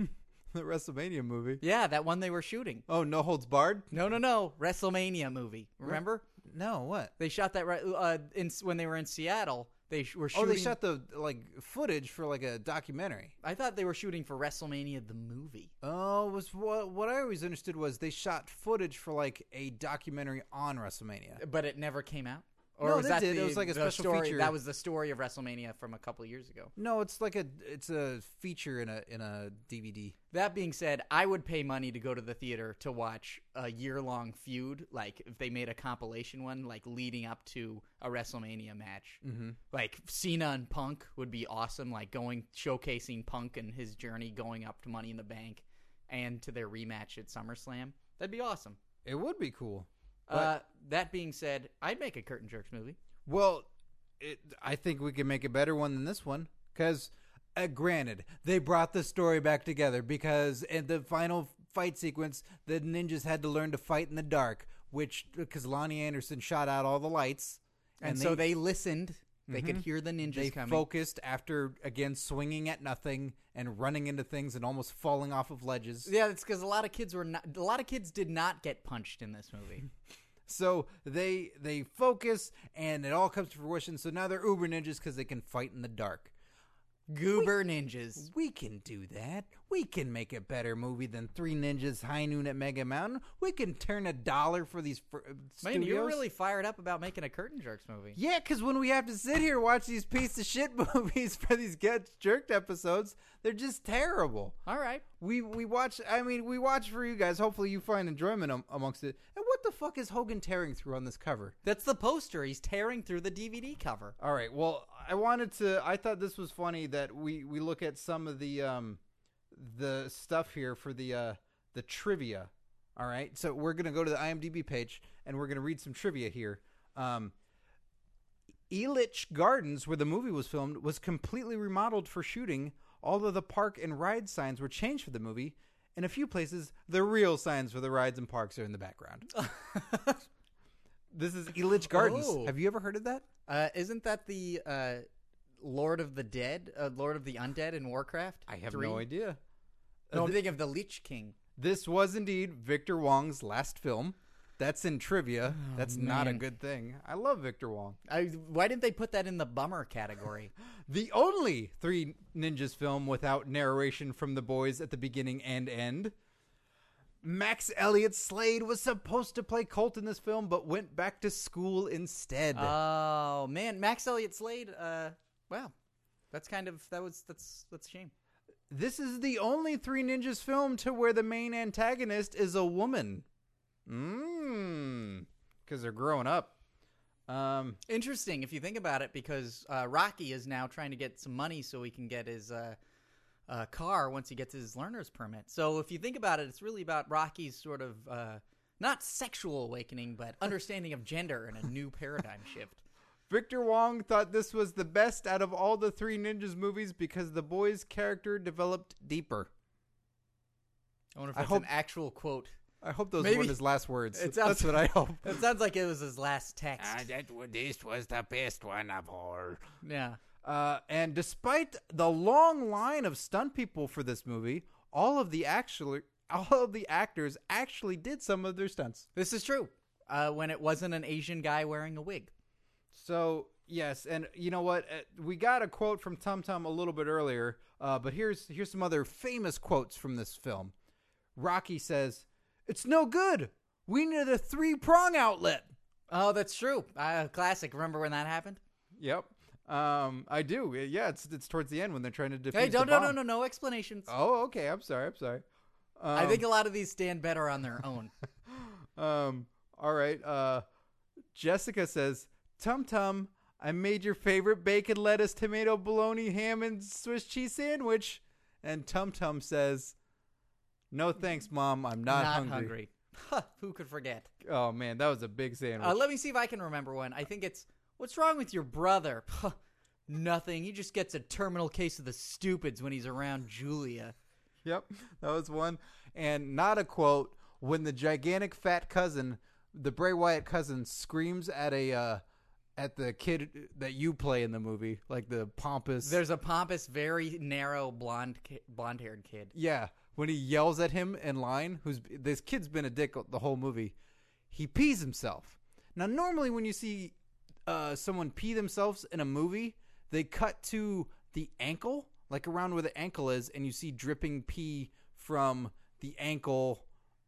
[SPEAKER 1] The WrestleMania movie.
[SPEAKER 2] Yeah, that one they were shooting.
[SPEAKER 1] Oh, no holds barred.
[SPEAKER 2] No, no, no, WrestleMania movie. Remember
[SPEAKER 1] No, what?
[SPEAKER 2] they shot that right uh, in when they were in Seattle. They sh- were
[SPEAKER 1] Oh,
[SPEAKER 2] shooting.
[SPEAKER 1] they shot the like footage for like a documentary.
[SPEAKER 2] I thought they were shooting for WrestleMania the movie.
[SPEAKER 1] Oh, was what what I always understood was they shot footage for like a documentary on WrestleMania.
[SPEAKER 2] but it never came out. Or
[SPEAKER 1] No,
[SPEAKER 2] was
[SPEAKER 1] they
[SPEAKER 2] that
[SPEAKER 1] did. It
[SPEAKER 2] The,
[SPEAKER 1] was like a
[SPEAKER 2] the
[SPEAKER 1] special
[SPEAKER 2] story,
[SPEAKER 1] feature.
[SPEAKER 2] That was the story of WrestleMania from a couple years ago.
[SPEAKER 1] No, it's like a it's a feature in a in a DVD.
[SPEAKER 2] That being said, I would pay money to go to the theater to watch a year-long feud. Like if they made a compilation one, like leading up to a WrestleMania match, mm-hmm. like Cena and Punk would be awesome. Like going showcasing Punk and his journey going up to Money in the Bank and to their rematch at SummerSlam. That'd be awesome.
[SPEAKER 1] It would be cool.
[SPEAKER 2] Uh, that being said, I'd make a Curtain Jerks movie.
[SPEAKER 1] Well, it, I think we can make a better one than this one because, uh, granted, they brought the story back together because in the final fight sequence, the ninjas had to learn to fight in the dark, which because Lonnie Anderson shot out all the lights,
[SPEAKER 2] And, so they listened. They could hear the ninjas
[SPEAKER 1] they
[SPEAKER 2] coming.
[SPEAKER 1] focused after again swinging at nothing and running into things and almost falling off of ledges.
[SPEAKER 2] Yeah, it's because a lot of kids were not. A lot of kids did not get punched in this movie.
[SPEAKER 1] So they they focus and it all comes to fruition. So now they're uber ninjas because they can fight in the dark.
[SPEAKER 2] Goober ninjas.
[SPEAKER 1] We can do that. We can make a better movie than Three Ninjas High Noon at Mega Mountain. We can turn a dollar for these fr- uh,
[SPEAKER 2] Man,
[SPEAKER 1] studios.
[SPEAKER 2] you're really fired up about making a Curtain Jerks movie.
[SPEAKER 1] yeah, because when we have to sit here and watch these piece of shit [LAUGHS] movies for these get jerked episodes, they're just terrible.
[SPEAKER 2] All right.
[SPEAKER 1] We we watch. I mean, we watch for you guys. Hopefully, you find enjoyment am- amongst it. And what the fuck is Hogan tearing through on this cover?
[SPEAKER 2] That's the poster. He's tearing through the DVD cover.
[SPEAKER 1] All right. Well, I wanted to. I thought this was funny that we we look at some of the um the stuff here for the uh the trivia. All right. So we're gonna go to the IMDb page and we're gonna read some trivia here. Um, Elitch Gardens, where the movie was filmed, was completely remodeled for shooting. Although the park and ride signs were changed for the movie, in a few places the real signs for the rides and parks are in the background. this is Elitch Gardens.
[SPEAKER 2] Oh.
[SPEAKER 1] Have you ever heard of that?
[SPEAKER 2] Uh, isn't that the uh, Lord of the Dead, uh, Lord of the Undead in Warcraft?
[SPEAKER 1] I have
[SPEAKER 2] Three?
[SPEAKER 1] no idea.
[SPEAKER 2] No, I'm thinking of the Leech King.
[SPEAKER 1] This was indeed Victor Wong's last film. That's in trivia. That's not a
[SPEAKER 2] Oh, man.
[SPEAKER 1] good thing. I love Victor Wong.
[SPEAKER 2] I, why didn't they put that in the bummer [LAUGHS] category?
[SPEAKER 1] The only Three Ninjas film without narration from the boys at the beginning and end. Max Elliott Slade was supposed to play Colt in this film, but went back to school instead.
[SPEAKER 2] oh man, Max Elliott Slade. Uh, wow, that's kind of that was that's that's a shame.
[SPEAKER 1] this is the only Three Ninjas film to where the main Hmm. antagonist is a woman. Mmm. Because they're growing up. Um,
[SPEAKER 2] Interesting if you think about it, because uh, Rocky is now trying to get some money so he can get his uh, uh, car once he gets his learner's permit. So if you think about it, it's really about Rocky's sort of uh, not sexual awakening,
[SPEAKER 1] [LAUGHS]
[SPEAKER 2] but understanding of gender and a new paradigm shift.
[SPEAKER 1] Victor Wong thought this was the best out of all the Three Ninjas movies because the boy's character developed deeper.
[SPEAKER 2] I wonder if
[SPEAKER 1] I
[SPEAKER 2] that's
[SPEAKER 1] hope-
[SPEAKER 2] an actual quote.
[SPEAKER 1] I hope those
[SPEAKER 2] Maybe-
[SPEAKER 1] weren't his last words.
[SPEAKER 2] It sounds-
[SPEAKER 1] [LAUGHS] That's what I
[SPEAKER 3] [LAUGHS]
[SPEAKER 1] hope.
[SPEAKER 2] [LAUGHS] It sounds like it was his last text.
[SPEAKER 3] that, this was the best one of all.
[SPEAKER 2] yeah.
[SPEAKER 1] Uh, and despite the long line of stunt people for this movie, all of the actual all of the actors actually did some of their stunts.
[SPEAKER 2] This is true. Uh, when it wasn't an Asian guy wearing a wig.
[SPEAKER 1] So yes, and you know what? Uh, We got a quote from Tum Tum a little bit earlier, uh, but here's here's some other famous quotes from this film. Rocky says, "It's no good. We need a three prong outlet."
[SPEAKER 2] Oh, that's true. Uh, classic. Remember when that happened?
[SPEAKER 1] Yep, um, I do. Yeah, it's it's towards the end when they're trying to defuse
[SPEAKER 2] Hey, don't,
[SPEAKER 1] the
[SPEAKER 2] no,
[SPEAKER 1] bomb.
[SPEAKER 2] no, no, no explanations.
[SPEAKER 1] Oh, okay. I'm sorry. I'm sorry. Um,
[SPEAKER 2] I think a lot of these stand better on their own.
[SPEAKER 1] Um. All right. Uh, Jessica says, "Tum Tum, I made your favorite bacon, lettuce, tomato, bologna, ham, and Swiss cheese sandwich." And Tum Tum says, "No thanks, Mom. I'm [LAUGHS] not, hungry.
[SPEAKER 2] [LAUGHS] Huh, who could forget?
[SPEAKER 1] Oh man, that was a big sandwich.
[SPEAKER 2] Uh, let me see if I can remember one. I think it's what's wrong with your brother? [LAUGHS] Huh, nothing. He just gets a terminal case of the stupids when he's around Julia.
[SPEAKER 1] yep, that was one. And not a quote. When the gigantic fat cousin, the Bray Wyatt cousin, screams at a uh, at the kid that you play in the movie, like the pompous.
[SPEAKER 2] There's a pompous, very narrow blonde ki- blonde-haired kid.
[SPEAKER 1] Yeah, when he yells at him in line, who's this kid's been a dick the whole movie. He pees himself. Now, normally when you see uh, someone pee themselves in a movie, they cut to the ankle, like around where the ankle is, and you see dripping pee from the ankle,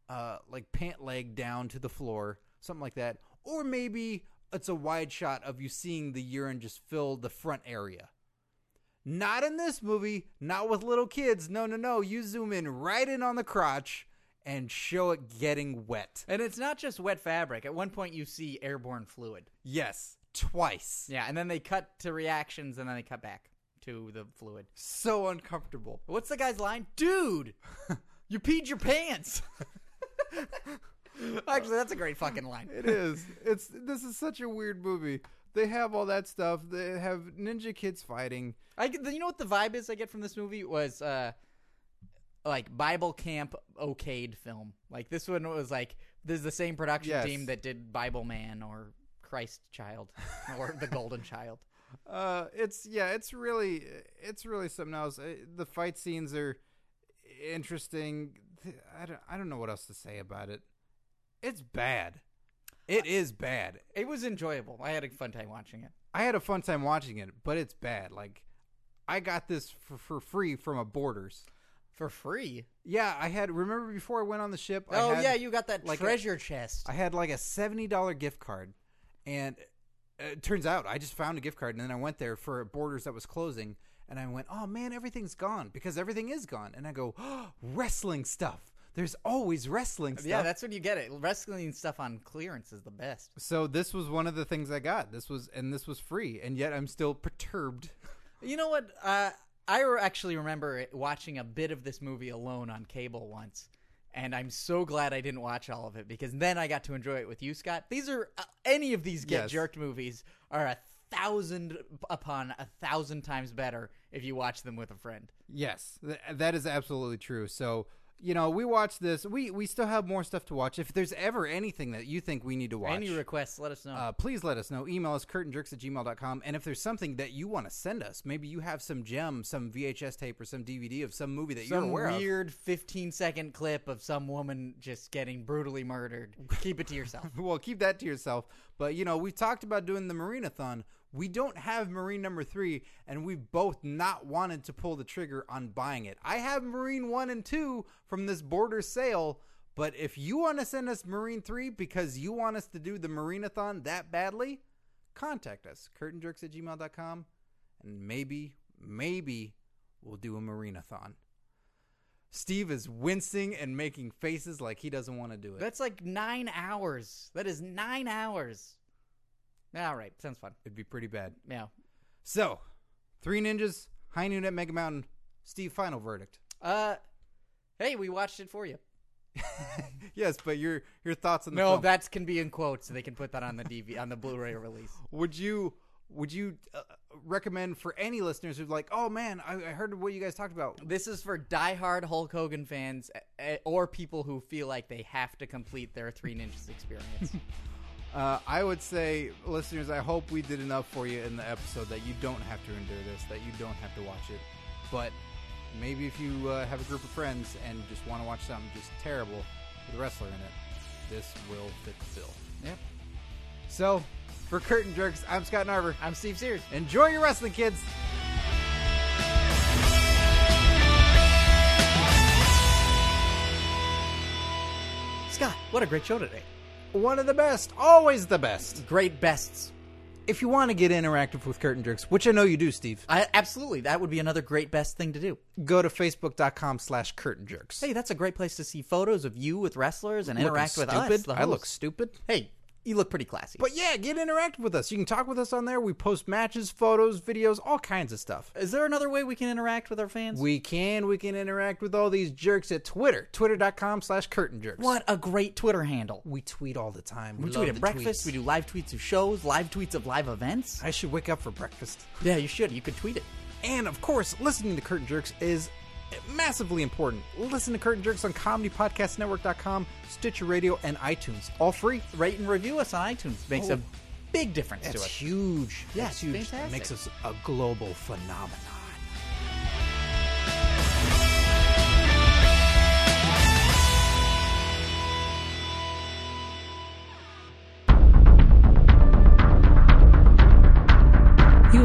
[SPEAKER 1] uh, like pant leg down to the floor, something like that. Or maybe it's a wide shot of you seeing the urine just fill the front area. Not in this movie, not with little kids. No, no, no. You zoom in right in on the crotch and show it getting wet.
[SPEAKER 2] And it's not just wet fabric. At one point, you see airborne fluid.
[SPEAKER 1] Yes, twice.
[SPEAKER 2] Yeah, and then they cut to reactions, and then they cut back to the fluid.
[SPEAKER 1] So uncomfortable.
[SPEAKER 2] What's the guy's line? Dude, [LAUGHS] you peed your pants.
[SPEAKER 1] [LAUGHS]
[SPEAKER 2] Actually, that's a great fucking line.
[SPEAKER 1] It is. It's this is such a weird movie. They have all that stuff. They have ninja kids fighting.
[SPEAKER 2] I get- you know what the vibe is I get from this movie was uh like Bible camp okayed film. Like this one was like this is the same production
[SPEAKER 1] Yes.
[SPEAKER 2] team that did Bible Man or Christ Child [LAUGHS] or The Golden Child.
[SPEAKER 1] Uh it's yeah, it's really it's really something else. Uh, The fight scenes are interesting. I don't I don't know what else to say about it. It's bad. It is bad.
[SPEAKER 2] It was enjoyable. I had a fun time watching it.
[SPEAKER 1] I had a fun time watching it, but it's bad. Like, I got this for, for free from a Borders.
[SPEAKER 2] For free.
[SPEAKER 1] Yeah, I had. Remember before I went on the ship?
[SPEAKER 2] oh
[SPEAKER 1] I had,
[SPEAKER 2] yeah, you got that
[SPEAKER 1] like a-
[SPEAKER 2] treasure chest.
[SPEAKER 1] I had like a seventy dollar gift card, and it turns out I just found a gift card, and then I went there for Borders that was closing, and I went, oh man, everything's gone because everything is gone, and I go, [GASPS] oh, wrestling stuff. There's always wrestling stuff.
[SPEAKER 2] yeah, that's when you get it. Wrestling stuff on clearance is the best.
[SPEAKER 1] so this was one of the things I got. This was and this was free, and yet I'm still perturbed.
[SPEAKER 2] You know what? Uh, I re- actually remember it- watching a bit of this movie alone on cable once, and I'm so glad I didn't watch all of it because then I got to enjoy it with you, Scott. These are uh, any of these get
[SPEAKER 1] Yes.
[SPEAKER 2] jerked movies are a thousand upon a thousand times better if you watch them with a friend.
[SPEAKER 1] Yes, th- that is absolutely true. So, you know, we watch this. We we still have more stuff to watch. If there's ever anything that you think we need to watch,
[SPEAKER 2] Any requests, let us know.
[SPEAKER 1] uh, please let us know. Email us, curtainjerks at gmail.com. And if there's something that you want to send us, maybe you have some gem, some VHS tape, or some DVD of some movie that you're
[SPEAKER 2] some
[SPEAKER 1] aware
[SPEAKER 2] weird 15 second clip of some woman just getting brutally murdered. Keep it
[SPEAKER 1] [LAUGHS]
[SPEAKER 2] to yourself.
[SPEAKER 1] of. Well, keep that to yourself. But, you know, we've talked about doing the Marinathon. We don't have Marine number three, and we've both not wanted to pull the trigger on buying it. I have Marine one and two from this border sale, but if you want to send us Marine three because you want us to do the Marinathon that badly, contact us, curtainjerks at gmail.com, and maybe, maybe we'll do a Marinathon. Steve is wincing and making faces like he doesn't want to do it.
[SPEAKER 2] That's like nine hours. That is nine hours. All right, sounds fun.
[SPEAKER 1] It'd be pretty bad.
[SPEAKER 2] Yeah.
[SPEAKER 1] So, Three Ninjas, High Noon at Mega Mountain. Steve, final verdict.
[SPEAKER 2] Uh, hey, we watched it for you.
[SPEAKER 1] [LAUGHS] Yes, but your your thoughts on the
[SPEAKER 2] No,
[SPEAKER 1] film.
[SPEAKER 2] that can be in quotes, so they can put that on the DV on the Blu-ray release.
[SPEAKER 1] would you would you uh, recommend for any listeners who's like, oh man, I, I heard what you guys talked about.
[SPEAKER 2] This is for diehard Hulk Hogan fans eh, or people who feel like they have to complete their Three Ninjas experience.
[SPEAKER 1] Uh, I would say, listeners, I hope we did enough for you in the episode that you don't have to endure this, that you don't have to watch it. But maybe if you uh, have a group of friends and just want to watch something just terrible with a wrestler in it, this will fit the bill.
[SPEAKER 2] [LAUGHS] yep.
[SPEAKER 1] So, for Curtain Jerks, I'm Scott Narver.
[SPEAKER 2] I'm Steve Sears.
[SPEAKER 1] Enjoy your wrestling, kids!
[SPEAKER 2] Scott, what a great show today.
[SPEAKER 1] One of the best, always the best.
[SPEAKER 2] Great bests.
[SPEAKER 1] If you want to get interactive with Curtain Jerks, which I know you do, Steve,
[SPEAKER 2] I, absolutely, that would be another great best thing to do.
[SPEAKER 1] go to facebook.com slash curtain jerks.
[SPEAKER 2] Hey, that's a great place to see photos of you with wrestlers and
[SPEAKER 1] Looking
[SPEAKER 2] interact with
[SPEAKER 1] stupid.
[SPEAKER 2] us. the
[SPEAKER 1] I look
[SPEAKER 2] hosts.
[SPEAKER 1] stupid.
[SPEAKER 2] Hey, you look pretty classy.
[SPEAKER 1] But yeah, get interactive with us. You can talk with us on there. We post matches, photos, videos, all kinds of stuff.
[SPEAKER 2] is there another way we can interact with our fans?
[SPEAKER 1] We can we can interact with all these jerks at Twitter. Twitter.com slash curtain jerks.
[SPEAKER 2] what a great Twitter handle.
[SPEAKER 1] We tweet all the time.
[SPEAKER 2] We
[SPEAKER 1] love
[SPEAKER 2] tweet at
[SPEAKER 1] the
[SPEAKER 2] breakfast.
[SPEAKER 1] tweets.
[SPEAKER 2] We do live tweets of shows, live tweets of live events.
[SPEAKER 1] I should wake up for breakfast.
[SPEAKER 2] Yeah, you should. You could tweet it.
[SPEAKER 1] And of course, listening to Curtain Jerks is massively important. Listen to Curtain Jerks on comedypodcastnetwork.com, Stitcher Radio, and iTunes. All free.
[SPEAKER 2] Rate and review us on iTunes. Makes
[SPEAKER 1] Oh.
[SPEAKER 2] a big difference to
[SPEAKER 1] That's
[SPEAKER 2] us.
[SPEAKER 1] huge.
[SPEAKER 2] Yeah,
[SPEAKER 1] That's huge. That
[SPEAKER 2] fantastic.
[SPEAKER 1] makes us a global phenomenon.
[SPEAKER 4] You